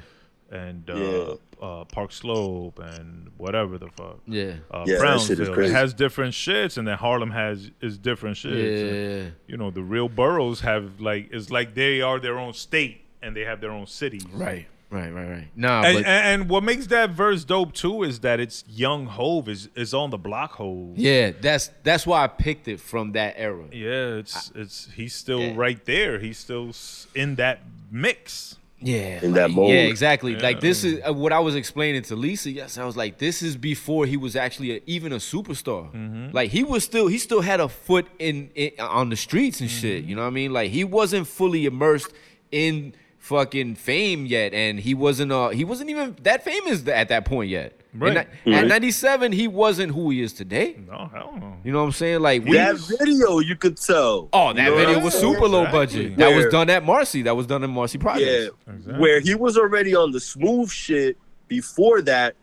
Yeah. and uh, Yeah. uh, Park Slope and whatever the fuck. Yeah. Uh, Yeah, that shit is Brownsville It crazy. has different shits, and then Harlem has is different shits. And, Yeah. you know, the real boroughs have like it's like they are their own state and they have their own cities. Right. Right. Right. Right. Nah, And, but and, and what makes that verse dope too is that it's young Hove is is on the block Hove. yeah, that's that's why I picked it from that era. Yeah, it's it's he's still Yeah. right there. He's still s- in that mix. Yeah. In that like- mold. Yeah, exactly. Like Yeah. this is uh, what I was explaining to Lisa. Yes, I was like, this is before he was actually a, even a superstar. Mm-hmm. Like he was still, he still had a foot in, in on the streets and Mm-hmm. shit. You know what I mean? Like he wasn't fully immersed in fucking fame yet, and he wasn't. Uh, he wasn't even that famous th- at that point yet. In Right. ni- At Right. ninety-seven, he wasn't who he is today. No, hell no. You know what I'm saying? Like we. That video you could tell. Oh, that You know video what was I'm super low Exactly. budget. That was Where- done at Marcy. That was done in Marcy Yeah, Projects. Exactly. where he was already on the smooth shit before that,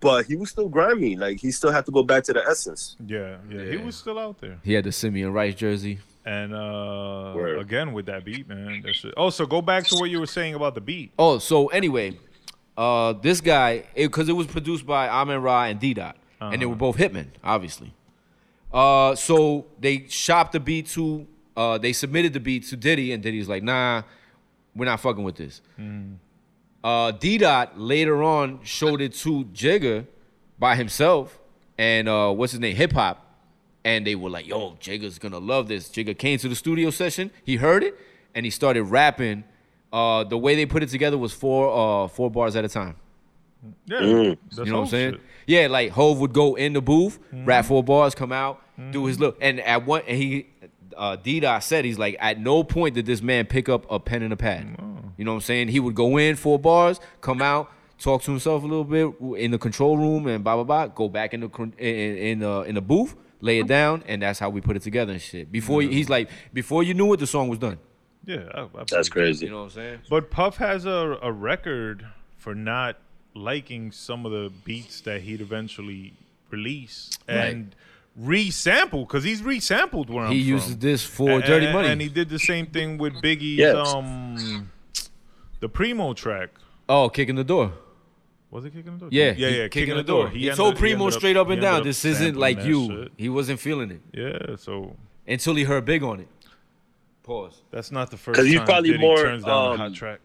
but he was still grimy. Like he still had to go back to the essence. Yeah, yeah, he Yeah. was still out there. He had the Simeon Rice jersey. And uh Word. again with that beat, man. That shit. Oh, so go back to what you were saying about the beat. Oh, so anyway, uh, this guy, because it, was produced by Amin Ra and D Dot, and they were both hitmen, obviously. Uh, so they shopped the beat to, uh, they submitted the beat to Diddy, and Diddy's like, nah, we're not fucking with this. Uh, D Dot later on showed it to Jigga by himself, and uh, what's his name, Hip Hop, and they were like, yo, Jigga's gonna love this. Jigga came to the studio session, he heard it, and he started rapping. Uh, the way they put it together was four uh, four bars at a time. Yeah, that's Mm. You know what I'm Hov saying? shit. Mm-hmm. Yeah, like Hove would go in the booth, rap four bars, come out, do his little, and at one, and he, uh, D Dot said he's like, at no point did this man pick up a pen and a pad. Oh. You know what I'm saying? He would go in four bars, come out, talk to himself a little bit in the control room, and blah blah blah. Go back in the con- in in the, in the booth, lay Oh. it down, and that's how we put it together and shit. Before he's like, before you knew it, the song was done. Yeah, I- I believe That's crazy. You know what I'm saying? But Puff has a, a record for not liking some of the beats that he'd eventually release and resample because he's resampled where I'm He from. uses this for And- Dirty and- Money. and he did the same thing with Biggie's Yes. um the Primo track. oh, kicking the door. Was it kicking the door? Yeah, yeah, yeah. he- Kicking, the door. He, ended- told ended Primo up- straight up he and ended down, up "This isn't sampling like that you." shit. He wasn't feeling it Yeah, so until he heard Big on it. Pause. that's not the first. 'Cause Because he's probably more, turns down a hot um, track.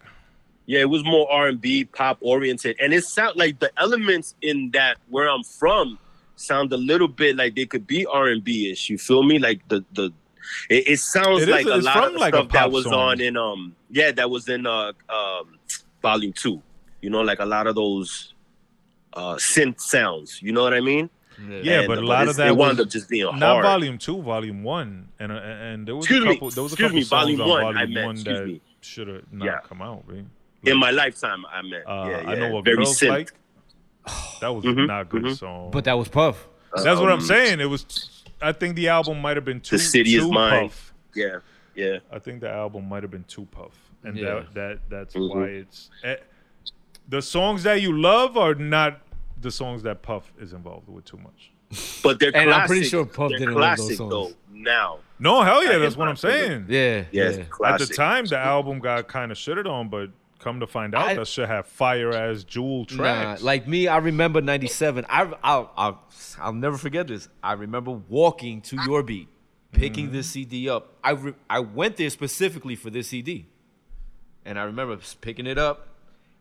Yeah, it was more R and B pop oriented, and it sound like the elements in that where I'm from sound a little bit like they could be R and B ish. You feel me? Like the the it, it sounds It is- like a it's lot from of the like a stuff pop that was song. on in um yeah that was in uh um volume two. You know, like a lot of those uh synth sounds. You know what I mean? Yeah, And, but uh, a lot it's- of that it wound was up just being not hard. volume two, volume one, and uh, and there was Excuse a me, couple. There was a excuse couple me, songs volume on one, volume I meant, one excuse that me. should have not Yeah. come out, man. in my lifetime, I meant. Uh, yeah, yeah, I know what very girls synth. like. [sighs] That was Mhm, not a good mhm. song. But that was Puff. that's what I'm Um, saying. It was. I think the album might have been too. City Is too Mine. Puff. Yeah, yeah. I think the album might have been too puff, and Yeah. that that that's Mhm. why it's eh, the songs that you love are not the songs that Puff is involved with too much. But they're And classic. I'm pretty sure Puff they're didn't love those classic songs. though. Now, No, hell yeah, I that's am what I'm absolutely- saying. Yeah. yes, Yeah. At classic. the time, the album got kind of shitted on, but come to find out, I- that shit had fire ass jewel Nah, tracks. like me, I remember '97. I I'll, I'll I'll never forget this. I remember walking to your beat, picking Mm-hmm. this CD up. I re- I went there specifically for this CD, and I remember s- picking it up,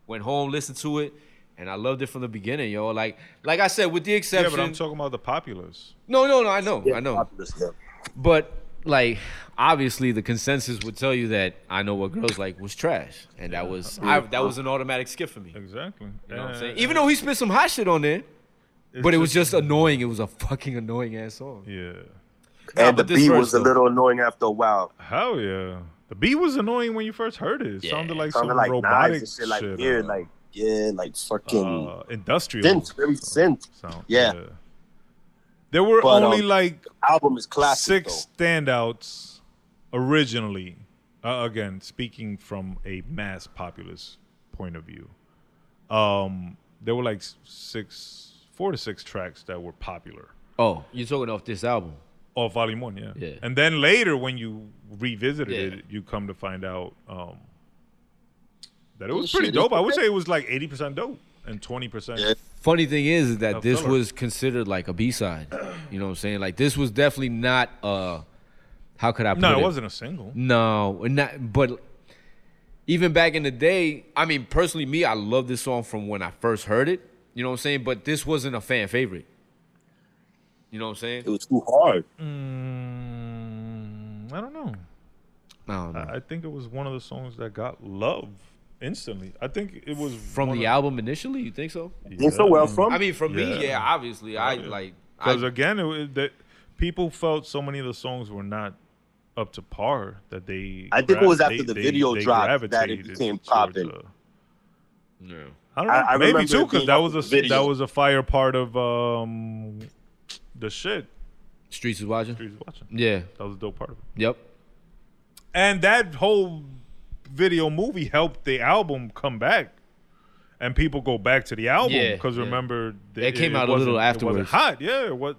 went home, listened to it, and I loved it from the beginning, yo. Like like I said, with the yeah, exception, but I'm talking about the populars. no, no, no. I know, I know. Popular stuff. But like obviously the consensus would tell you that I know what girls like was trash. And that was I, that was an automatic skip for me. You Exactly. Eh, know what I'm saying? Even though he spit some hot shit on there, but it was just annoying. It was a fucking annoying ass song. yeah. Nah, and the but this beat verse, was a though. little annoying after a while. Hell yeah. The beat was annoying when you first heard it. It sounded like Sounded some like robotic knives and shit, like shit, yeah, uh, like yeah, like fucking uh, industrial synth, very synth. sound. Yeah. There were But, only um, like Album is classic. six standouts originally. Uh, again, speaking from a mass populace point of view. Um, there were like s- six, four to six tracks that were popular Oh, you're talking off this album. off Volume One, yeah. Yeah. And then later, when you revisited Yeah. it, you come to find out um, that it Oh, was pretty shit, dope. I would okay. say it was like eighty percent dope and twenty percent. Yeah. Funny thing is, is that A this filler. was considered like a B side. You know what I'm saying? Like this was definitely not uh how could I put No, it? it wasn't a single. No, not but even back in the day, I mean personally me, I love this song from when I first heard it. You know what I'm saying? But this wasn't a fan favorite. You know what I'm saying? It was too hard. Mm, I don't know. I don't know. I I think it was one of the songs that got love instantly. I think it was From one the of- Um, album initially, you think so? And so where I'm from, I mean, for me, Yeah. yeah, obviously, I Yeah. like. I, Because again, it, wa- that people felt so many of the songs were not up to par that they. I think it was gra- after the video dropped that it gravitated became towards, poppin'. uh, No. I don't know. I- I maybe remember too, it because being that off was a the video. that was a fire part of um the shit Streets is watching. he was watching. Yeah. That was a dope part of it. Yep. And that whole video movie helped the album come back, and people go back to the album Yeah, because yeah. remember th- It came out a wasn't- little It afterwards. wasn't hot, yeah. It was,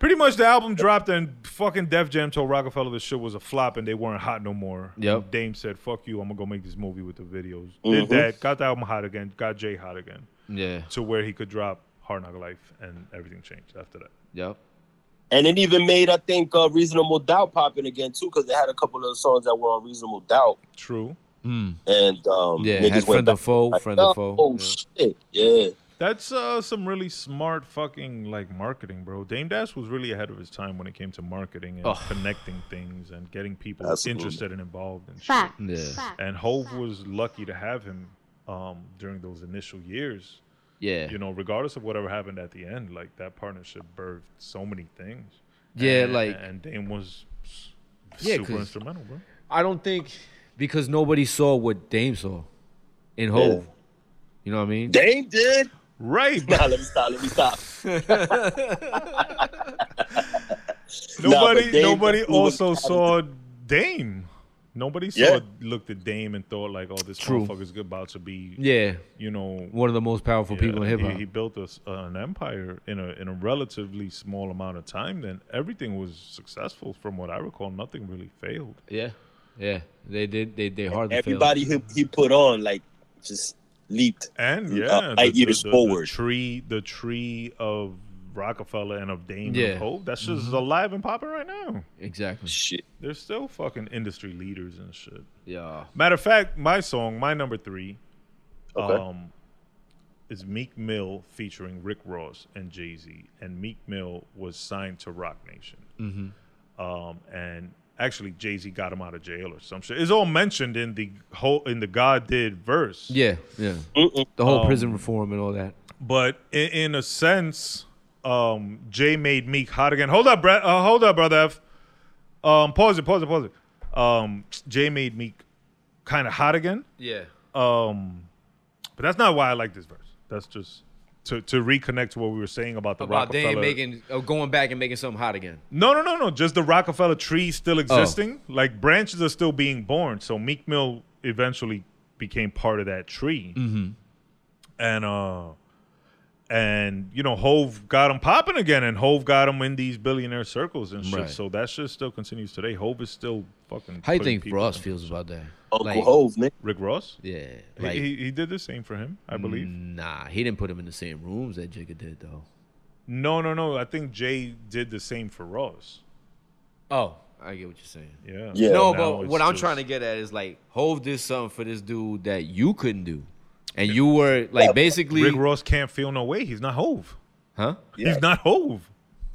pretty much the album dropped and fucking Def Jam told Rockefeller this shit was a flop and they weren't hot no more. Yep. Dame said, "Fuck you, I'm gonna go make this movie with the videos." Did that, got the album hot again, got Jay hot again. Yeah. to where he could drop Hard Knock Life, and everything changed after that. Yep. and it even made I think uh, Reasonable Doubt popping again too, because they had a couple of songs that were on Reasonable Doubt, True. Hmm, and um, Yeah, niggas had went Friend of back, Foe, like, Friend of oh, Foe, Oh shit, yeah. That's uh, some really smart fucking like marketing, bro. Dame Dash was really ahead of his time when it came to marketing and Oh. connecting things and getting people Absolutely. interested and involved and shit. Fact. Yeah. Fact. And Hove was lucky to have him um, during those initial years. Yeah. You know, regardless of whatever happened at the end, like that partnership birthed so many things. Yeah, And- like- and Dame was s- Yeah, super 'cause- instrumental, bro. I don't think because nobody saw what Dame saw in Hove. Yeah. You know what I mean? Dame did. Right, bro. Nah, let me stop. Let me stop. Nah, Nobody, but Dame nobody definitely was also talented. saw Dame. Nobody saw Yeah. looked at Dame and thought like, "Oh, this True. motherfucker's good about to be." Yeah. You know, One of the most powerful people in yeah, hip hop. He, he built us an empire in a in a relatively small amount of time. Then everything was successful, from what I recall. Nothing really failed. yeah. Yeah. They did. They they hardly failed. Everybody he, he put on like just leaped. And Mm, yeah, uh, light years forward. tree, the tree of Rockefeller and of Dame Yeah. Mm-hmm. and Hope. That's just alive and popping right now. Exactly. Shit. They're still fucking industry leaders and shit. Yeah. Matter of fact, my song, my number three, Okay. um, is Meek Mill featuring Rick Ross and Jay Z. And Meek Mill was signed to Rock Nation. Um, and actually, Jay Z got him out of jail or some shit. It's all mentioned in the whole in the God did verse. Yeah. Yeah. Mm-mm. The whole prison reform and all that. But in, in a sense, um, Jay made Meek hot again. Hold up, Brett. Uh, hold up, brother F. Um, pause it. Pause it. Pause it. Um, Jay made Meek kind of hot again. Yeah. Um, but that's not why I like this verse. That's just to to reconnect to what we were saying about the About Rockefeller. Dame making uh, going back and making something hot again. no, no, no, no. Just the Rockefeller tree Oh. still existing. Like branches are still being born. So Meek Mill eventually became part of that tree. Mm-hmm. And uh, and you know Hove got him popping again, and Hove got him in these billionaire circles and shit. Right. So that shit still continues today. Hove is still fucking. How you putting think people Ross in- feels about that? Uncle Like- Hove, man. Rick Ross. Yeah. He- he, he did the same for him, Mm. I believe. Nah, he didn't put him in the same rooms that Jigga did though. No, no, no. I think Jay did the same for Ross. Oh, I get what you're saying. Yeah. Yeah. No, Now but it's what I'm just- trying to get at is like Hove did something for this dude that you couldn't do, and you were like basically, Rick Ross can't feel no way. He's not Hove. huh? Yeah. He's not Hove.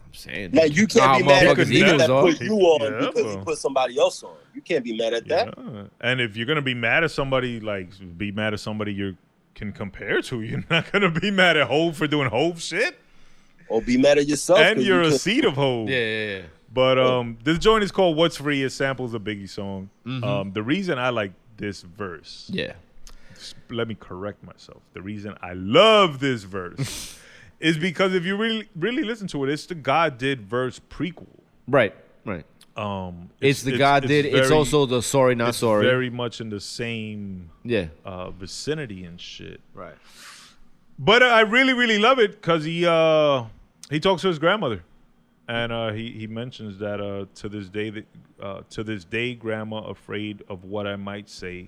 I'm saying Like you Nah, can't be mad at motherfuckers' the nigga egos that are- put you on Yeah, because bro. he put somebody else on. You can't be mad at that. Yeah. And if you're gonna be mad at somebody, like be mad at somebody you can compare to. [laughs] You're not gonna be mad at Hove for doing Hove shit. Or be mad at yourself. And 'cause you're you a couldn't- seed of Hove. Yeah, yeah, yeah. But um, this joint is called "What's Free." It samples a Biggie song. Mm-hmm. Um, the reason I like this verse yeah. let me correct myself. The reason I love this [laughs] verse is because if you really really listen to it, it's the God did verse prequel. Right. Right. Um, It's, the God did. it's very- also the sorry, not it's sorry. Very much in the same yeah. uh, vicinity and shit. Right. But uh, I really, really love it because he uh, he talks to his grandmother, and uh, he he mentions that uh, to this day that uh, to this day, grandma afraid of what I might say.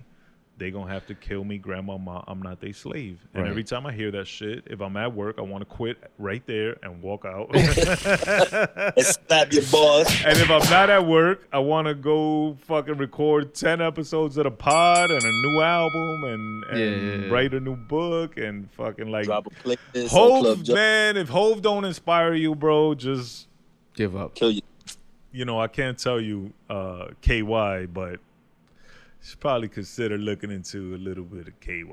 They gonna have to kill me, grandma. Ma, I'm not they slave. And Right. every time I hear that shit, if I'm at work, I want to quit right there and walk out. [laughs] Let's slap your boss. And if I'm not at work, I want to go fucking record 10 episodes of the pod and a new album and, and Yeah, yeah, yeah. write a new book and fucking like. Drop a playlist. on Club Hove, Ju- man, if Hove don't inspire you, bro, just, Give up. Kill you. you know, I can't tell you uh, KY, but you should probably consider looking into a little bit of KY.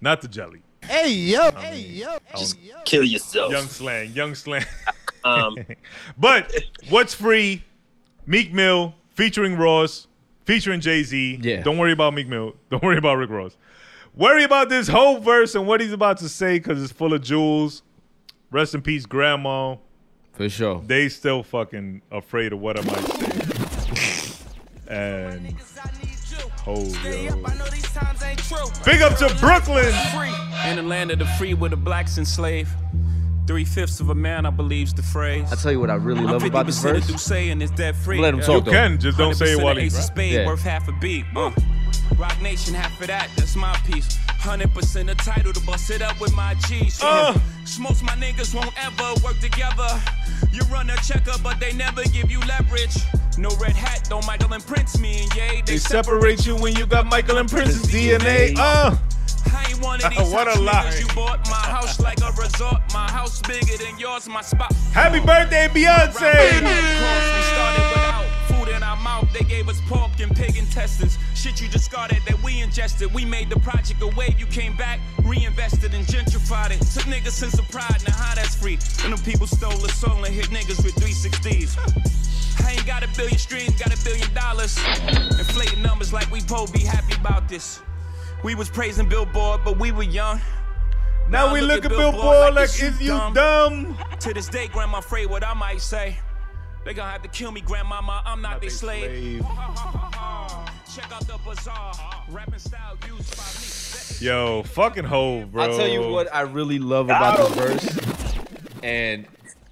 Not the jelly. Hey yo, hey mean, yo, I don't- hey, yo. Kill yourself. Young slang, young slang. [laughs] Um, But what's free? Meek Mill featuring Ross, featuring Jay Z. Yeah. Don't worry about Meek Mill. [laughs] Don't worry about Rick Ross. Worry about this whole verse and what he's about to say because it's full of jewels. Rest in peace, Grandma. For sure. They still fucking afraid of what I might say. And oh, yo. Big up to Brooklyn. In the land of the free where the blacks enslaved. Three fifths of a man, I believe's the phrase. I tell you what I really I'm love about this 50% of verse. Duce and it's debt free. Let him talk though. Ken, just don't say it 100% while of he's Ace of rapping. Spade Yeah. worth half a beat. Uh. Rock Nation, half of that, that's my piece. 100% the title to bust it up with my G's. Uh. Smokes my niggas won't ever work together. You run a checker, but they never give you leverage. No red hat, though Michael and Prince me and Ye. They, They separate you when you got Michael and Prince's DNA. Uh, I ain't one of these [laughs] What a house lie. niggas. You bought my house like a resort. My house bigger than yours, my spot. happy birthday, Beyonce. We started without food in our mouth. They gave us pork and pig intestines. Shit you discarded that we ingested. We made the project a wave. You came back, reinvested and gentrified it. Took niggas sense of pride. Now how that's free? And them people stole a soul and hit niggas with 360s. I ain't got a billion streams, got a billion dollars. Inflating numbers like we po be happy about this. We was praising Billboard, but we were young. Now we look at Billboard like, is you dumb? To this day, grandma afraid what I might say. They gonna have to kill me, grandmama. I'm not, their slave. [laughs] Check out the bazaar. Rapping style used by me. That is- Yo, fucking hoe, bro. I tell you what I really love about the verse, and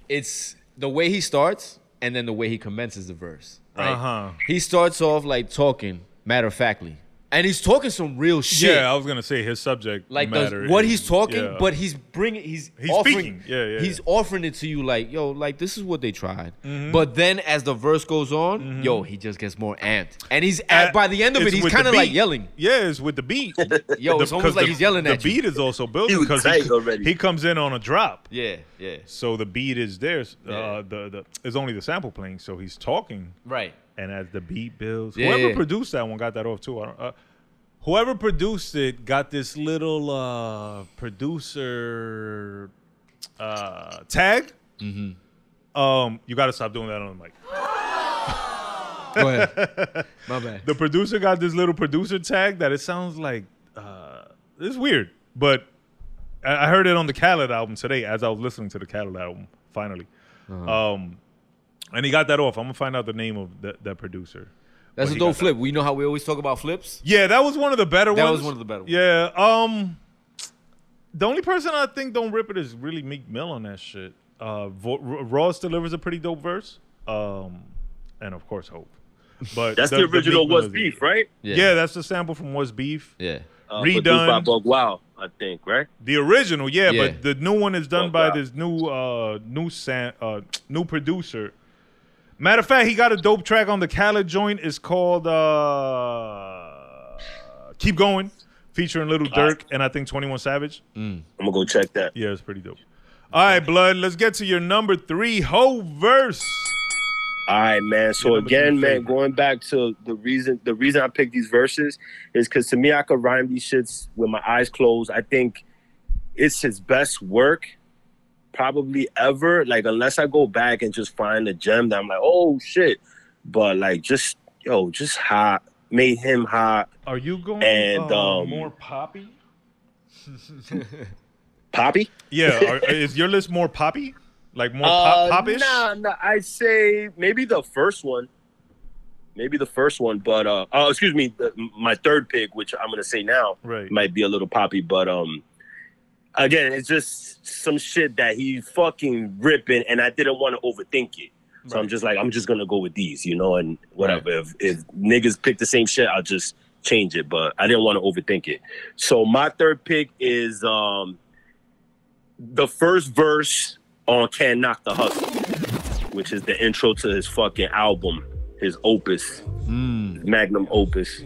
it's the way he starts and then the way he commences the verse. Right? Uh-huh. He starts off like talking matter of factly, and he's talking some real shit. Yeah, I was gonna say his subject like matter. the, what is- he's talking, yeah. but he's bringing he's He's offering, speaking. Yeah, yeah, he's yeah. offering it to you like yo, like this is what they tried. Mm-hmm. But then as the verse goes on, yo, he just gets more amped, and he's at, Uh, by the end of it, Mm-hmm. it's he's with the kind of like beat. yelling. Yeah, it's with the beat. [laughs] Yo, it's almost 'cause like the- he's yelling the at you. beat is also building He was because tight he, already. he comes in on a drop, Yeah, yeah, so the beat is there. Uh, Yeah. The the it's only the sample playing, so he's talking, right. and as the beat builds, Yeah, whoever yeah. produced that one got that off too. I don't. Uh, Whoever produced it got this little uh, producer uh, tag. Mm-hmm. Um, you got to stop doing that on the mic. Go ahead. [laughs] My bad. the producer got this little producer tag that it sounds like uh, it's weird, but I I heard it on the Khaled album today as I was listening to the Khaled album finally. Um, and he got that off. I'm gonna find out the name of that, that producer. That's But a he dope got that. flip. We know how we always talk about flips. Yeah, that was one of the better That ones. was one of the better ones. Yeah. Um, the only person I think don't rip it is really Meek Mill on that shit. Uh, Vo- R- Ross delivers a pretty dope verse. Um, and of course Hope. But That's the, Meek original Mill What's is- Beef, right? Yeah. that's the sample from What's Beef. yeah. Uh, Redone. produced by Bug Wow, I think, right? The original, yeah, Yeah. but the new one is done Oh, by wow. this new uh new san- uh new producer. Matter of fact, he got a dope track on the Khaled joint. It's called uh Keep Going, featuring Little Dirk and I think 21 Savage. I'm gonna go check that. Yeah, it's pretty dope. All right, blood, let's get to your number 3 whole verse. All right, man. So Your number again, three man, favorite. going back to the reason the reason I picked these verses is because to me I could rhyme these shits with my eyes closed. I think it's his best work probably ever. Like unless I go back and just find a gem that I'm like, oh shit. But like just yo, just hot. Made him hot. Are you going And, uh, um, more [laughs] poppy? Poppy? Yeah, are, is your list more poppy? Like more Oh, pop Uh, popish? Nah, nah. I say maybe the first one. Maybe the first one, but uh, oh, excuse me, the, my third pick, which I'm gonna say now, Right. might be a little poppy, but um, again, it's just some shit that he fucking ripping, and I didn't want to overthink it, so I'm Right. just like, I'm just gonna go with these, you know, and whatever. If, if niggas pick the same shit, I'll just change it, but I didn't want to overthink it. So my third pick is um, the first verse on "Can't Knock the Hustle," which is the intro to his fucking album, his opus, Hmm. magnum opus.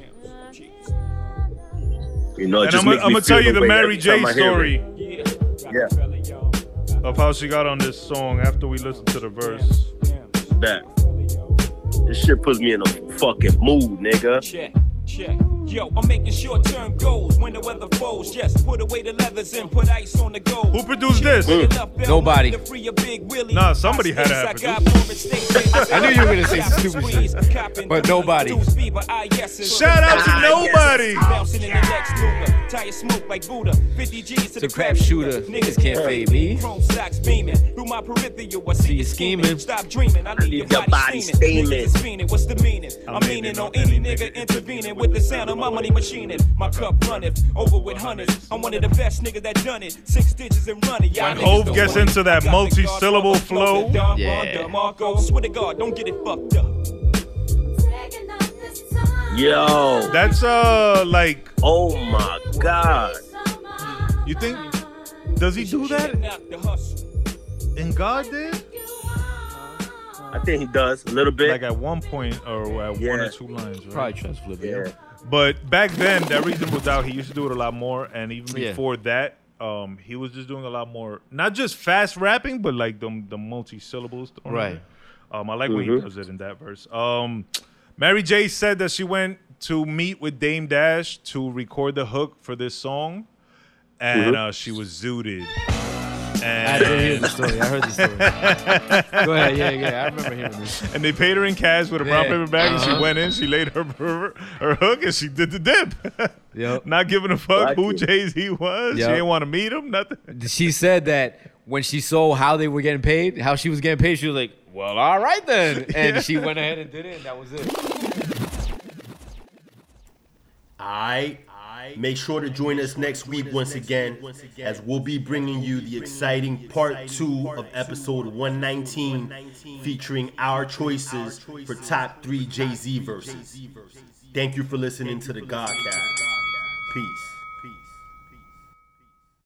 You know, it And just I'm gonna makes me I'm gonna feel tell you the way Mary every J time I hear story it. Yeah. of how she got on this song after we listened to the verse. That this shit puts me in a fucking mood, nigga. Check, check. Yo, I'm making short term goals when the weather folds. Yes, put away the leathers and put ice on the gold. Who produced this? Mm. Nobody. Nah, somebody had to have [laughs] I knew you were gonna say some stupid shit. But nobody. Shout out to Ah, nobody. Bouncing in the next Luger, tire smoke like Buddha. 50 G's to The the crap crap shooter. shooter. Niggas can't fade me. Chrome socks beaming through my peripheral. I see you scheming. Stop dreaming. I need your body steaming. Niggas is fiending. What's the meaning? I'm meaning on any nigga intervening with the sound of my money machining. My cup runneth over with hundreds. I'm one of the best niggas that done it. Six digits and running. Y'all When niggas Hov don't gets want it. into that I got the guard multi-syllable from the flow. Don Juan Yeah. DeMarco. Swear to God, don't get it fucked up. Yo, That's uh like oh my god. you think does he do that? Knock the hustle. And God did? I think he does a little bit. Like at one point or at one or Yeah. two lines, right? Probably trust flip yeah. it. But back then, that reasonable doubt, he used to do it a lot more. And even Yeah. before that, um, he was just doing a lot more, not just fast rapping, but like the the multi syllables. thrown in Right. there. Um, I like when he does it in that verse. Um, Mary J said that she went to meet with Dame Dash to record the hook for this song, and uh, she was zooted. I And did hear the story. I heard the [laughs] story. Go ahead. Yeah, yeah. I remember hearing this. and they paid her in cash with a brown Yeah. paper bag, and Uh-huh. she went in, she laid her, her her hook, and she did the dip. [laughs] Yep. Not giving a fuck Like who it. Jay Z was. She Yep. didn't want to meet him. Nothing. She said that when she saw how they were getting paid, how she was getting paid, she was like, "Well, all right then," and she went ahead and did it, and that was it. I make sure to join us next week once again as we'll be bringing you the exciting part two of episode 119 featuring our choices for top three Jay Z verses. Thank you for listening to the Godcast. Peace.